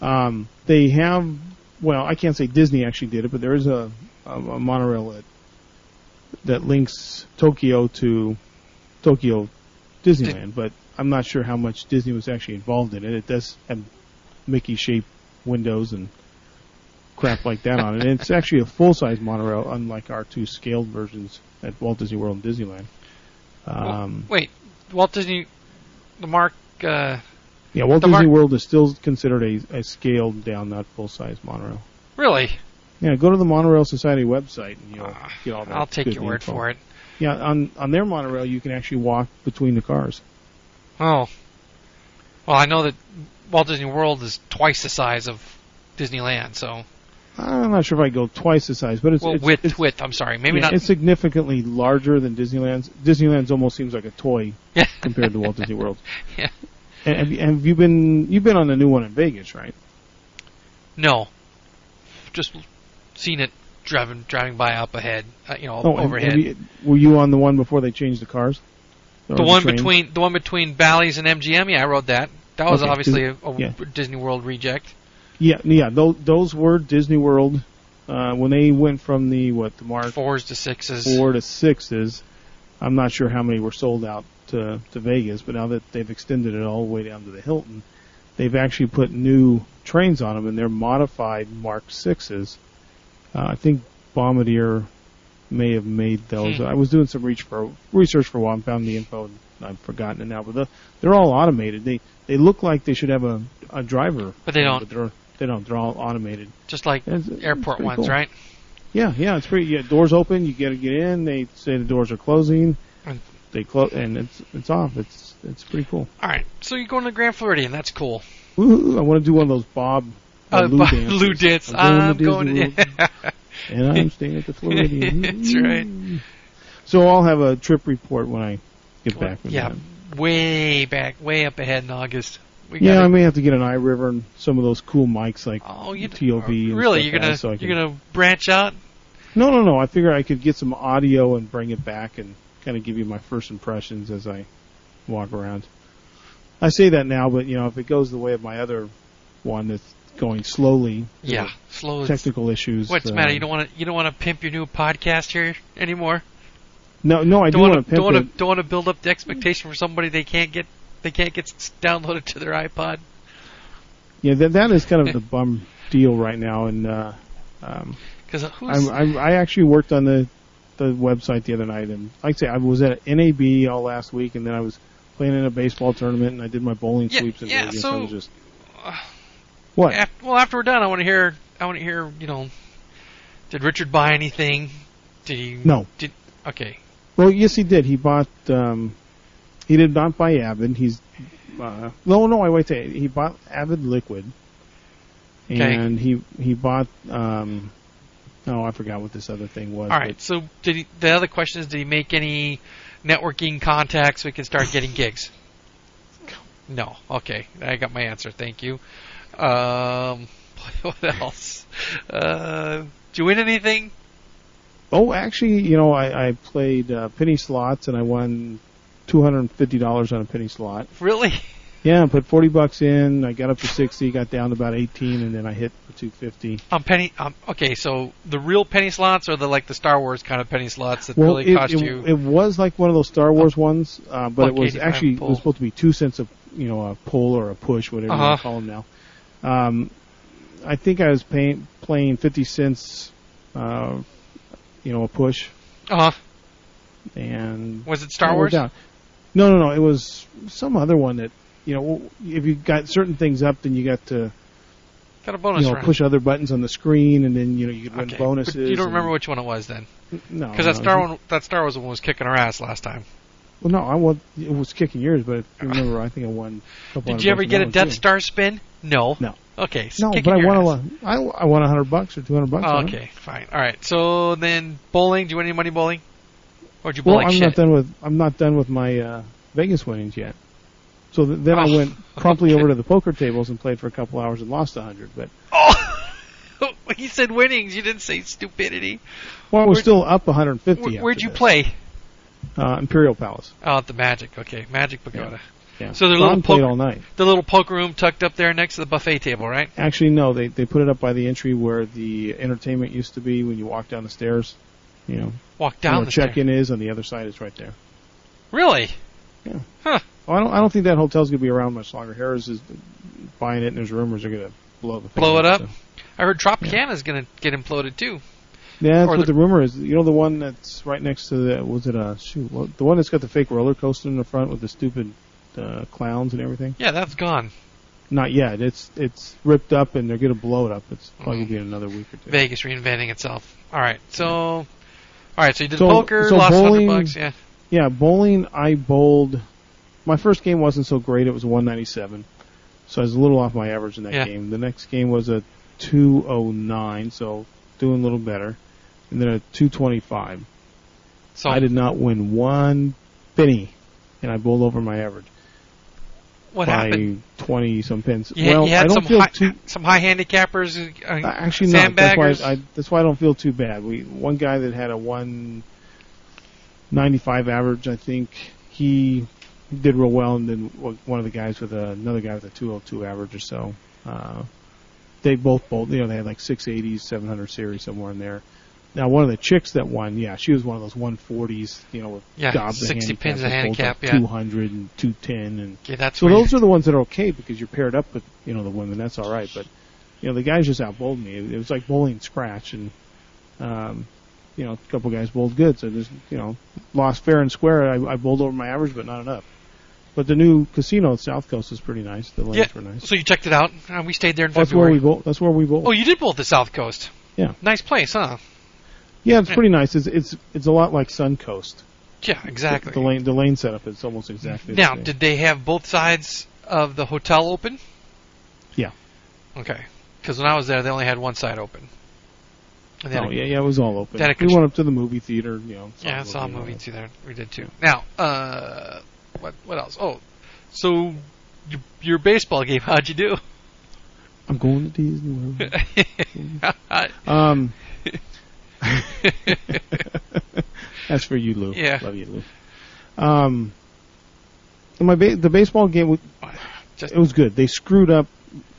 B: Um, they have. Well, I can't say Disney actually did it, but there is a a, a monorail that that links Tokyo to Tokyo Disneyland, but I'm not sure how much Disney was actually involved in it. It does have Mickey shaped windows and crap like that on it. And it's actually a full size monorail, unlike our two scaled versions at Walt Disney World and Disneyland. Um,
A: Wait, Walt Disney, the Mark. Uh,
B: yeah, Walt
A: the
B: Disney
A: mar-
B: World is still considered a, a scaled down, not full size monorail.
A: really?
B: Yeah, go to the Monorail Society website and you'll
A: Ah,
B: get all that.
A: I'll take
B: good
A: your word
B: Oh, info.
A: for it.
B: Yeah, on on their monorail you can actually walk between the cars.
A: Oh. Well, I know that Walt Disney World is twice the size of Disneyland, so
B: I'm not sure if I go twice the size, but it's
A: well,
B: it's,
A: width,
B: it's,
A: width. I'm sorry, maybe
B: yeah,
A: not.
B: it's significantly larger than Disneyland's. Disneyland's almost seems like a toy
A: Yeah. [LAUGHS]
B: compared to Walt Disney World.
A: Yeah.
B: And have you, have you been you've been on the new one in Vegas, right?
A: No, just seen it driving driving by up ahead, uh, you know,
B: Oh, and- and
A: overhead.
B: you- were you on the one before they changed the cars? Or
A: The one
B: train.
A: between the one between Bally's and MGM. Yeah, I wrote that. That was
B: Okay,
A: obviously a,
B: Dis-
A: a
B: yeah.
A: Disney World reject.
B: Yeah, yeah. Those, those were Disney World uh, when they went from the what the Mark
A: Fours to sixes.
B: four to sixes. I'm not sure how many were sold out to, to Vegas, but now that they've extended it all the way down to the Hilton, they've actually put new trains on them, and they're modified Mark sixes. Uh, I think Bombardier may have made those.
A: Hmm.
B: I was doing some reach for research for a while and found the info, and I've forgotten it now. But the, they're all automated. They they look like they should have a a driver,
A: But they don't.
B: But they're, they don't. They're all automated.
A: Just like
B: It's- it's
A: airport
B: pretty
A: ones,
B: cool.
A: right?
B: Yeah, yeah, it's pretty. Yeah, doors open, you gotta get in. They say the doors are closing.
A: And-
B: They close, and it's it's off. It's it's pretty cool.
A: All right. So you're going to Grand Floridian. That's cool.
B: Woo-hoo, I want to do one of those Bob uh,
A: Uh, [LAUGHS]
B: Lou
A: but-
B: dances.
A: Lou dance. I'm
B: I'm
A: going.
B: going
A: To,
B: to Disney
A: [LAUGHS]
B: and I'm staying at the Floridian.
A: That's right.
B: So I'll have a trip report when I get back. From
A: yeah,
B: that.
A: way back, way up ahead in August. We
B: yeah.
A: gotta-
B: I may have to get an eye river and some of those cool mics like.
A: Oh, you
B: TOV and
A: Really,
B: stuff
A: you're gonna
B: out, so I
A: you're
B: can-
A: gonna branch out?
B: No, no, no. I figure I could get some audio and bring it back and kind of give you my first impressions as I walk around. I say that now, but you know, if it goes the way of my other one that's going slowly, you
A: Yeah,
B: know,
A: slow. as-
B: technical issues. uh,
A: What's the matter? You don't want to you don't want to pimp your new podcast here anymore.
B: No, no, I do
A: wanna-
B: want
A: don't
B: to pimp
A: want
B: it.
A: to don't want to build up the expectation for somebody they can't get they can't get s- downloaded to their iPod.
B: Yeah, that that is kind of the bum deal right now, and uh, um,
A: Because who's
B: I'm, I'm, I actually worked on the the website the other night, and like I say, I was at NAB all last week, and then I was playing in a baseball tournament, and I did my bowling
A: Yeah,
B: sweeps and
A: yeah,
B: everything.
A: so- uh,
B: I was just what?
A: af well after we're done? I want to hear I want to hear you know. Did Richard buy anything? Did he?
B: No.
A: Did okay.
B: Well, yes, he did. He bought. Um, he did not buy Avid. He's. Uh, no, no. I wait. To, he bought Avid Liquid.
A: Okay.
B: And he he bought. Um, oh, I forgot what this other thing was.
A: All right. So did he, the other question is did he make any networking contacts so we can start getting gigs? No. Okay. I got my answer. Thank you. Um, [LAUGHS] what else? Uh, did you win anything?
B: but- oh, actually, you know, I I played uh, penny slots and I won. Two hundred and fifty dollars on a penny slot.
A: Really?
B: Yeah, I put forty bucks in. I got up to sixty, got down to about eighteen, and then I hit for two fifty.
A: Um, penny. Um, okay. So the real penny slots are the like the Star Wars kind of penny slots that
B: Well,
A: really
B: it,
A: cost
B: it,
A: you.
B: it was like one of those Star Wars ones, uh, but it
A: Buck
B: was
A: 85
B: actually it
A: pull.
B: was supposed to be two cents of you know a pull or a push, whatever you
A: Uh-huh.
B: want to call them now. Um, I think I was paying, playing fifty cents, uh, you know, a push,
A: uh huh.
B: and
A: Was it Star
B: it
A: Wars?
B: worked out. No, no, no. It was some other one that you know if you got certain things up, then you got to
A: Got a bonus
B: you know
A: round.
B: push other buttons on the screen, and then you know you could win
A: okay.
B: bonuses.
A: But you don't remember
B: and-
A: which one it was then?
B: No,
A: Because
B: no,
A: that Star
B: you-
A: one, that Star Wars one was kicking our ass last time.
B: Well, no, I won. It was kicking yours, but if you remember, I think I won. A couple
A: Did
B: hundred
A: you ever
B: bucks
A: get a
B: on that one,
A: Death
B: too.
A: Star spin? No.
B: No.
A: Okay. so
B: No,
A: kicking
B: but I
A: your
B: won a
A: ass.
B: lot. I, I won a hundred bucks or two hundred bucks.
A: Oh,
B: on it.
A: okay, fine. All right. So then bowling. Do you win any money bowling? Or did you bowl
B: Well,
A: like
B: I'm
A: shit?
B: not done with. I'm not done with my uh, Vegas winnings yet. So th- then
A: Oh,
B: I went promptly
A: okay.
B: over to the poker tables and played for a couple hours and lost a hundred. But
A: Oh. [LAUGHS] He said winnings. You didn't say stupidity.
B: well, I was
A: Where'd-
B: still up 150.
A: Where,
B: after
A: where'd you
B: this.
A: play?
B: Uh, Imperial Palace.
A: Oh, at the Magic. Okay, Magic Pagoda.
B: Yeah.
A: So their
B: Ron
A: little
B: played
A: poker-
B: all night.
A: The little poker room tucked up there next to the buffet table, right?
B: Actually, no. They they put it up by the entry where the entertainment used to be when you walk down the stairs. You know,
A: Walk down
B: where
A: the
B: check
A: stair.
B: in is on the other side. It's right there.
A: Really?
B: Well, I don't. I don't think that hotel's gonna be around much longer. Harris is buying it, and there's rumors they're gonna blow the thing
A: Blow it up?
B: so.
A: I heard Tropicana's gonna get imploded too.
B: Yeah, that's
A: Or
B: what
A: the-
B: the rumor is. You know, the one that's right next to the was it a shoot? Well, the one that's got the fake roller coaster in the front with the stupid uh, clowns and everything.
A: Yeah, that's gone.
B: Not yet. It's it's ripped up, and they're gonna blow it up. It's probably
A: Mhm.
B: gonna be in another week or two.
A: Vegas reinventing itself. All right. So, all right. So you did
B: So-
A: poker,
B: so
A: lost
B: bowling-
A: hundred bucks. Yeah.
B: Yeah, bowling. I bowled. My first game wasn't so great. It was a 197, so I was a little off my average in that
A: Yeah.
B: game. The next game was a 209, so doing a little better, and then a 225.
A: So
B: I did not win one penny, and I bowled over my average
A: what
B: by
A: happened?
B: 20 some pins.
A: You,
B: well,
A: you had
B: I don't
A: some
B: feel
A: high,
B: too.
A: some high handicappers. uh,
B: Uh, Actually, not. That's why
A: Sandbaggers?
B: I, that's why I don't feel too bad. We one guy that had a one ninety five average, I think he did real well, and then w- one of the guys with a, another guy with a 202 average or so. Uh, they both both you know they had like 680s, 700 series somewhere in there. Now one of the chicks that won, yeah, she was one of those 140s, you know, with
A: Yeah,
B: gobs of
A: 60 pins of
B: handicaps,
A: handicap,
B: like
A: yeah.
B: 200 and 210 and
A: Okay, that's
B: so
A: where you-
B: those are the ones that are okay because you're paired up with you know the women. That's all right, but you know the guys just outbowled me. It, it was like bowling scratch, and um, you know a couple guys bowled good, so just you know lost fair and square. I, I bowled over my average, but not enough. But the new casino at South Coast is pretty nice. The lanes
A: yeah,
B: were nice.
A: So you checked it out. Uh, we stayed there in
B: That's where
A: February.
B: we bowl. That's where we bowl.
A: oh, you did bowl at the South Coast.
B: Yeah.
A: Nice place, huh?
B: yeah, it's pretty nice. It's it's it's a lot like Suncoast.
A: Yeah, exactly.
B: The lane the lane setup is almost exactly.
A: now,
B: the same.
A: did they have both sides of the hotel open?
B: Yeah.
A: Okay. Because when I was there, they only had one side open. And they had
B: oh
A: a-
B: yeah, yeah, it was all open.
A: They had a
B: We
A: contr-
B: went up to the movie theater. You know,
A: Yeah, I saw a
B: and all
A: movie
B: that.
A: too there. We did too. Now, uh, what what else? Oh, so your, your baseball game? [LAUGHS] How'd you
B: [LAUGHS]
A: do?
B: I'm going to Disney World.
A: [LAUGHS] yeah,
B: Um, that's for you, Lou.
A: Yeah.
B: love you, Lou. Um, my ba- the baseball game was-
A: Just-
B: it was good. They screwed up.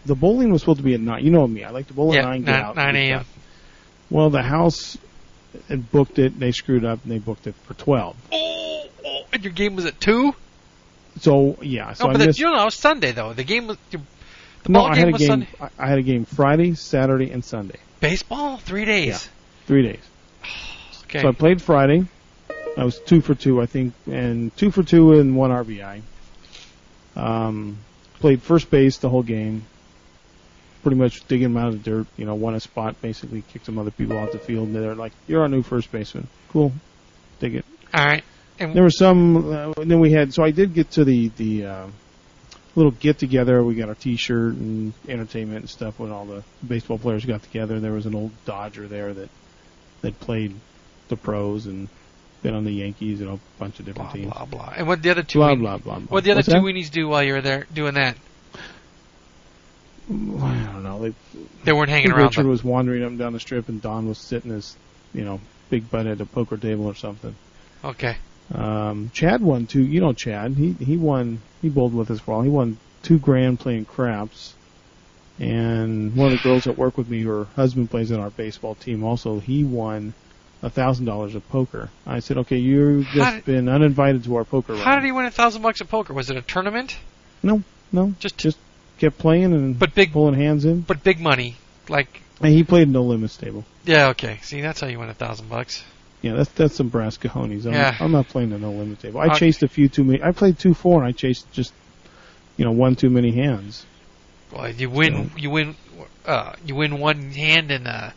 B: The bowling was supposed to be at nine. You know me. I like to bowl at
A: nine,
B: nine. Get out.
A: nine
B: get
A: a.m.
B: out. Well, the house had booked it. They screwed up and they booked it for twelve.
A: Oh, oh, and your game was at two.
B: So yeah, so
A: no,
B: I
A: but that,
B: missed.
A: you know, it was Sunday though. The game was your
B: no,
A: ball
B: I
A: game
B: had a
A: was
B: game.
A: Sunday?
B: I, I had a game Friday, Saturday, and Sunday.
A: baseball three days.
B: Three days.
A: Okay,
B: So I played Friday. I was two for two, I think, and two for two and one RBI. Um, played first base the whole game. Pretty much digging him out of the dirt. You know, won a spot, basically kicked some other people off the field, and they're like, "You're our new first baseman. Cool, dig it."
A: all right. And
B: There was some. Uh, and then we had. So I did get to the the uh, little get together. We got our T-shirt and entertainment and stuff when all the baseball players got together. There was an old Dodger there that that played the pros and been on the Yankees and a bunch of different
A: blah
B: teams.
A: blah blah. And what the other two?
B: Blah,
A: weenies-
B: blah blah blah.
A: What the other
B: What's
A: two
B: that?
A: weenies do while you were there doing that?
B: I don't know. They,
A: They weren't hanging around.
B: Richard
A: though.
B: was wandering up and down the strip, and Don was sitting his you know big butt at a poker table or something.
A: Okay.
B: Um, Chad won two. You know Chad. He he won. He bowled with us for all. He won two grand playing craps. And one of the girls that work with me, her husband plays on our baseball team. Also, he won a thousand dollars of poker. I said, "Okay, you've
A: How
B: just
A: did-
B: been uninvited to our poker."
A: How
B: round."
A: did he win a thousand bucks at poker? Was it a tournament?
B: No, no,
A: Just
B: Just- kept playing and
A: But big-
B: pulling hands in.
A: but big money. Like
B: And he played no limits table.
A: Yeah, okay. See, that's how you win a thousand bucks.
B: Yeah, that's that's some brass cojones. I'm,
A: Yeah.
B: I'm not playing the no limit table. I
A: Okay.
B: chased a few too many. I played two four and I chased just you know one too many hands.
A: Well, you win, you win, uh, you win one hand and uh,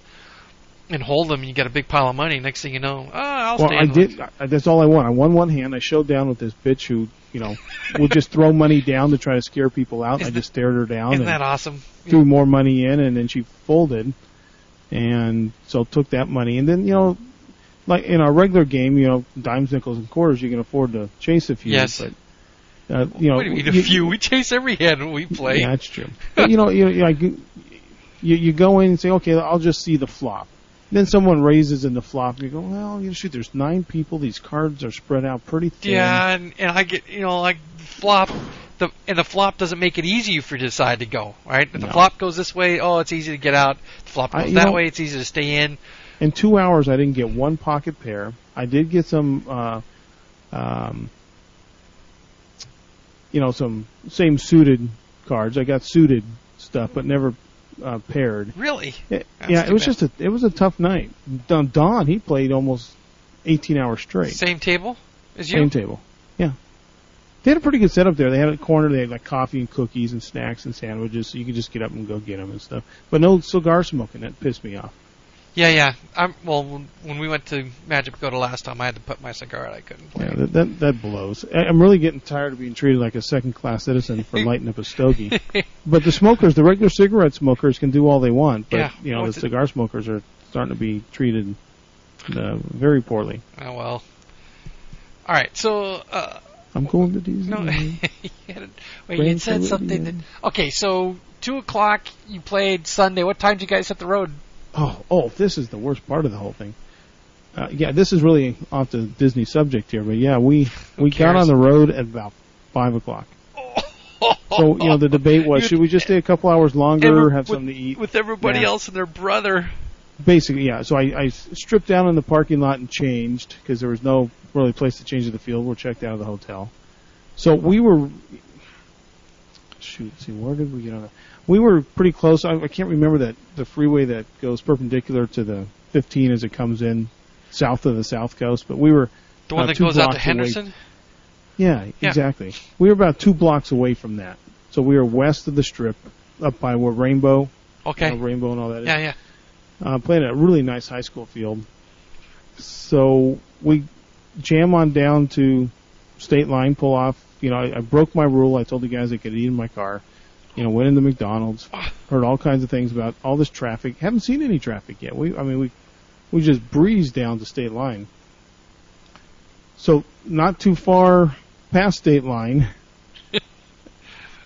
A: and hold them. You got a big pile of money. Next thing you know, oh, I'll
B: Well,
A: stay.
B: I
A: in
B: did. I, that's all I want. I won one hand. I showed down with this bitch who, you know, would just throw money down to try to scare people out. I
A: Isn't
B: just stared her
A: One.
B: down
A: Isn't
B: and
A: that awesome?
B: threw more money in, and then she folded, and so took that money. And then you know, like in our regular game, you know, dimes, nickels, and quarters, you can afford to chase a few.
A: Yes.
B: But, uh, you know,
A: Wait a minute, [LAUGHS]
B: you-
A: a few. We chase every hand when we play.
B: yeah, that's true. But, you know, you, you, like, you you go in and say, okay, I'll just see the flop. Then someone raises in the flop, and you go, well, you know, shoot, there's nine people. These cards are spread out pretty thin.
A: Yeah, and, and I get you know like flop the and the flop doesn't make it easy for you to decide to go right. If the
B: No.
A: flop goes this way, oh, it's easy to get out. If the flop
B: I-
A: goes
B: you
A: that
B: know-
A: way, it's easy to stay in.
B: In two hours, I didn't get one pocket pair. I did get some, uh, um, you know, some same suited cards. I got suited stuff, but never uh, paired.
A: Really?
B: Yeah,
A: That's
B: yeah it
A: too
B: was
A: bad.
B: just a it was a tough night. Don, Don he played almost 18 hours straight.
A: Same table as you?
B: Same table. Yeah. They had a pretty good setup there. They had a corner. They had like coffee and cookies and snacks and sandwiches, so you could just get up and go get them and stuff. But no cigar smoking. That pissed me off.
A: Yeah, yeah. I'm well. when- When we went to Magic Pagoda last time, I had to put my cigar out. I couldn't play.
B: Yeah, that that, that blows. I- I'm really getting tired of being treated like a second class citizen
A: [LAUGHS]
B: for lighting up a stogie. but the smokers, the regular cigarette smokers, can do all they want. But
A: Yeah.
B: you know,
A: Well,
B: the
A: it's-
B: cigar smokers are starting to be treated uh, very poorly.
A: Oh well. All right. So uh,
B: I'm going to Disney.
A: no, [LAUGHS]
B: World.
A: you, had, wait, you had said something. That, okay, so two o'clock. You played Sunday. What time did you guys hit the road?
B: Oh, oh, this is the worst part of the whole thing. uh, yeah, this is really off the Disney subject here, but yeah, we we got
A: cares?
B: on the road at about five o'clock. So you know, the debate was: should we just stay a couple hours
A: [LAUGHS]
B: longer,
A: Ever-
B: have
A: with-
B: something to eat?
A: with everybody
B: Yeah.
A: else and their brother.
B: Basically, yeah. So I, I s- stripped down in the parking lot and changed because there was no really place to change at the field. We're checked out of the hotel. So we were, shoot, see, where did we get on? that? We were pretty close. I, I can't remember that the freeway that goes perpendicular to the 15 as it comes in south of the south coast, but we were
A: The one
B: Uh,
A: that
B: two
A: goes out to
B: blocks away.
A: Henderson?
B: yeah,
A: Yeah.
B: exactly. We were about two blocks away from that. So we were west of the strip, up by where Rainbow, you know,
A: Okay.
B: Rainbow and all that is.
A: Yeah, yeah.
B: uh, playing at a really nice high school field. So we jam on down to state line, pull off. You know, I, I broke my rule. I told the guys I could eat in my car. You know, went into McDonald's, heard all kinds of things about all this traffic. Haven't seen any traffic yet. We, I mean, we we just breezed down to state line. So not too far past state line, [LAUGHS]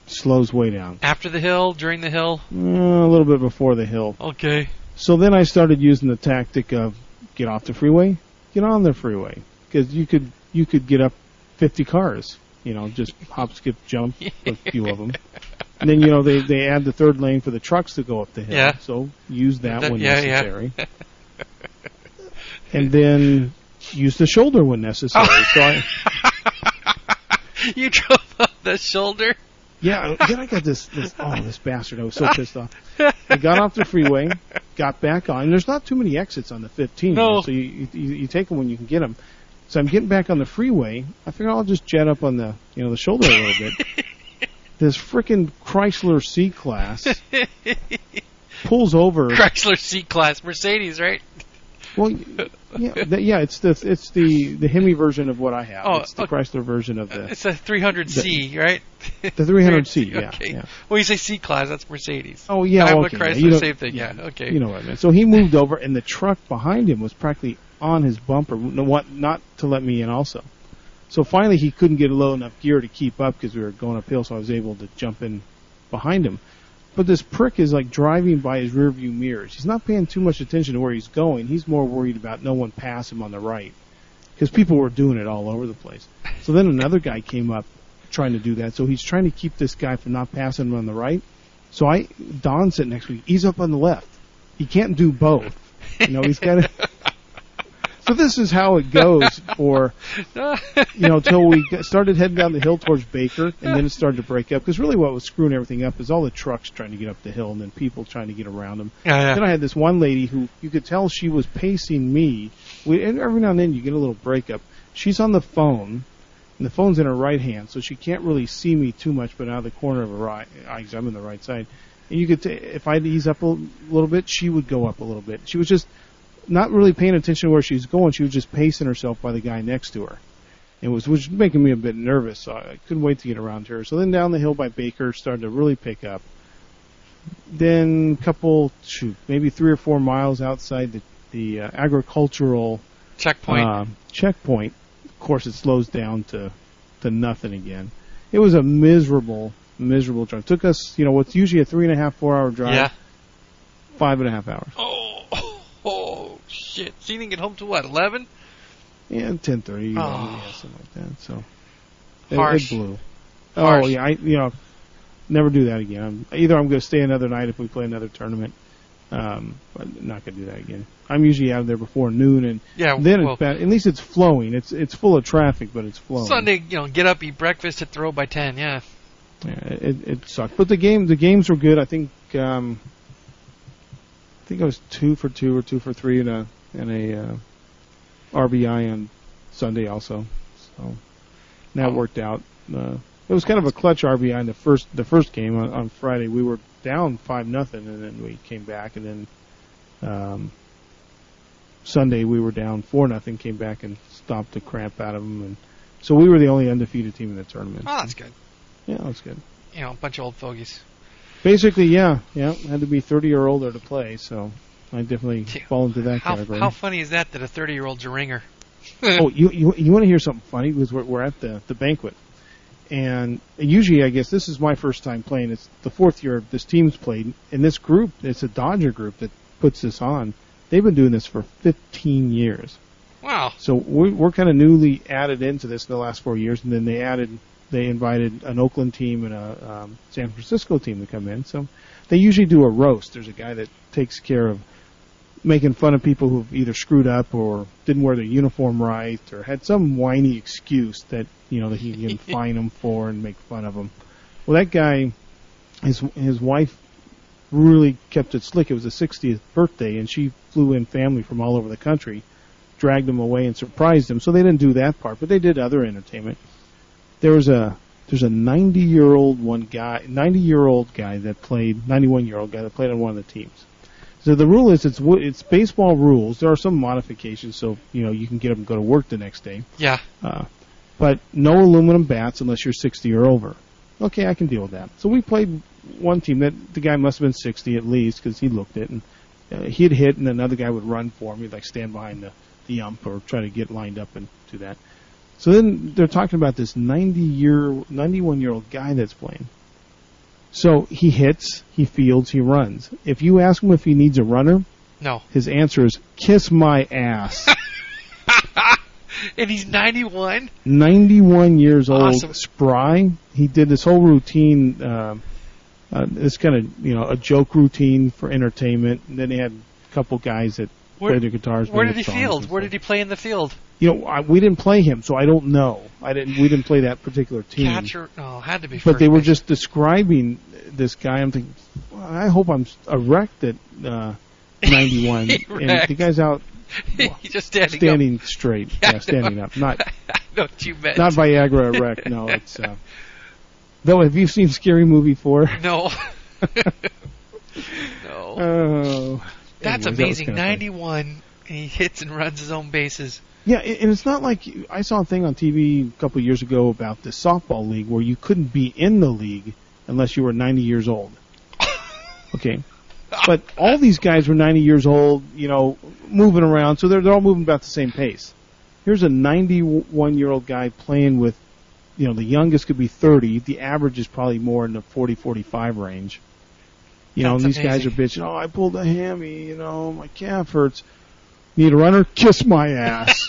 B: slows way down.
A: After the hill, during the hill.
B: Uh, a little bit before the hill.
A: Okay. [LAUGHS]
B: So then I started using the tactic of get off the freeway, get on the freeway, because you could you could get up 50 cars, you know, just hop, skip, jump a few of them, and then you know they they add the third lane for the trucks to go up the hill.
A: Yeah.
B: So use that
A: That-
B: when
A: yeah, yeah.
B: necessary, and then use the shoulder
A: [LAUGHS]
B: when necessary. So I.
A: You drove up the shoulder. [LAUGHS]
B: Yeah, then I got this, this oh, this bastard. I was so pissed off. I got off the freeway, got back on. There's not too many exits on the 15,
A: No.
B: so you, you, you take them when you can get them. So I'm getting back on the freeway. I figure I'll just jet up on the, you know, the shoulder a little
A: [LAUGHS]
B: bit. this frickin' Chrysler C-Class pulls over.
A: Chrysler C-Class Mercedes, right?
B: Well, yeah, the, yeah, it's the, it's the, the Hemi version of what I have.
A: Oh,
B: it's the
A: okay.
B: Chrysler version
A: [LAUGHS]
B: of the,
A: It's a 300C, right?
B: the
A: [LAUGHS]
B: 300C, yeah,
A: okay.
B: yeah.
A: Well, you say C-Class, that's Mercedes.
B: Oh yeah,
A: I'm a
B: okay.
A: Chrysler,
B: you know-
A: same thing, yeah, okay.
B: You know what I mean. So he moved over, and the truck behind him was practically on his bumper. No, what? Not to let me in, also. So finally, he couldn't get low enough gear to keep up because we were going uphill. So I was able to jump in behind him. But this prick is like driving by his rearview mirrors. He's not paying too much attention to where he's going. He's more worried about no one pass him on the right because people were doing it all over the place. So then another guy came up trying to do that. So he's trying to keep this guy from not passing him on the right. So I, Don sitting next to me, he's up on the left. He can't do both. You know, he's got to. So this is how it goes for,
A: [LAUGHS]
B: you know, till we got- started heading down the hill towards Baker, and then it started to break up. Because really, what was screwing everything up is all the trucks trying to get up the hill, and then people trying to get around them.
A: Yeah,
B: Then
A: yeah.
B: I had this one lady who you could tell she was pacing me. We, and every now and then you get a little breakup. She's on the phone, and the phone's in her right hand, so she can't really see me too much, but out of the corner of her eye, eye 'cause I'm in the right side. And you could, t- if I'd ease up a l- little bit, she would go up a little bit. She was just not really paying attention to where she was going. She was just pacing herself by the guy next to her. It was, was making me a bit nervous, so I couldn't wait to get around her. So then down the hill by Baker started to really pick up then couple shoot, maybe three or four miles outside the the uh, agricultural
A: Checkpoint.
B: uh, checkpoint. Of course, it slows down to to nothing again. It was a miserable, miserable drive. Took us, you know, what's usually a three and a half, four hour drive,
A: yeah.
B: five and a half hours.
A: Oh, oh, [LAUGHS] oh, shit. So you didn't get home till what, 11?
B: Yeah, ten thirty,
A: Oh.
B: yeah, something like that. So it, it
A: Harsh.
B: blew.
A: Harsh.
B: Oh yeah, I you know never do that again. I'm, either I'm going to stay another night if we play another tournament, um, but not going to do that again. I'm usually out of there before noon, and
A: Yeah,
B: then
A: well,
B: it's bad. At least it's flowing. It's it's full of traffic, but it's flowing.
A: Sunday, you know, get up, eat breakfast, and throw by 10, yeah.
B: Yeah, it, it sucked. But the game the games were good. I think um, I think I was two for two or two for three in a in a uh, RBI on Sunday also. So that worked out. Uh, it was kind of a clutch RBI in the first the first game on, on Friday. We were down five nothing, and then we came back, and then um, Sunday we were down four nothing, came back and stomped the crap out of them, and so we were the only undefeated team in the tournament.
A: Oh, that's good.
B: Yeah, that was good.
A: You know, a bunch of old fogies.
B: Basically, yeah, yeah. Had to be 30 or older to play, so I definitely
A: Dude,
B: fall into that
A: How,
B: category.
A: how funny is that that a 30 year old's a ringer?
B: oh, you you, you want to hear something funny? Because we're, we're at the the banquet, and usually I guess this is my first time playing. It's the fourth year this team's played, and this group, it's a Dodger group that puts this on. They've been doing this for 15 years.
A: [LAUGHS] Wow.
B: So we, we're kind of newly added into this in the last four years, and then they added, they invited an Oakland team and a um, San Francisco team to come in. So they usually do a roast. There's a guy that takes care of making fun of people who've either screwed up or didn't wear their uniform right or had some whiny excuse that you know that he can fine them for and make fun of them. Well, that guy, his his wife really kept it slick. It was the 60th birthday, and she flew in family from all over the country, dragged them away and surprised them. So they didn't do that part, but they did other entertainment. There was a there's a 90 year old one guy, 90 year old guy that played 91 year old guy that played on one of the teams. So the rule is it's wo- it's baseball rules. There are some modifications, so you know you can get up and go to work the next day.
A: Yeah.
B: Uh, but no aluminum bats unless you're 60 or over. Okay, I can deal with that. So we played one team that the guy must have been 60 at least because he looked it and uh, he'd hit and another guy would run for him. He'd like stand behind the the ump or try to get lined up and do that. So then they're talking about this 90 year 91 year old guy that's playing. So he hits, he fields, he runs. If you ask him if he needs a runner,
A: No.
B: his answer is kiss my ass.
A: and he's 91.
B: 91 years old,
A: Awesome.
B: spry. He did this whole routine, uh, uh, this kind of you know a joke routine for entertainment. And then he had a couple guys that
A: Where,
B: played their guitars.
A: where
B: made
A: did he
B: up songs
A: field?
B: and
A: Where
B: stuff.
A: did he play in the field?
B: You know, I, we didn't play him, so I don't know. I didn't. We didn't play that particular team.
A: Catcher? No, had to be.
B: But
A: first
B: they were
A: base.
B: just describing this guy. I'm thinking, "Well, I hope I'm a wreck at uh,
A: [LAUGHS]
B: 91. and
A: Wrecked.
B: the guy's out
A: [LAUGHS] He's just standing.
B: standing straight. Yeah, standing up. Not
A: Up. I know what you meant.
B: [LAUGHS] not Viagra wreck. No, it's. Uh, though, have you seen Scary Movie four? [LAUGHS]
A: no. no.
B: Oh, anyways,
A: That's
B: that was
A: amazing.
B: kinda funny.
A: 91. and He hits and runs his own bases. [LAUGHS]
B: Yeah, a- and it's not like you- I saw a thing on TV a couple of years ago about this softball league where you couldn't be in the league unless you were 90 years
A: [LAUGHS]
B: old. Okay. But all these guys were 90 years old, you know, moving around, so they're, they're all moving about the same pace. Here's a 91 year old guy playing with, you know, the youngest could be 30. The average is probably more in the 40, 45 range. You know, and
A: That's
B: these guys are
A: amazing.
B: bitching, oh, I pulled a hammy, you know, my calf hurts. Need a runner? Kiss my ass.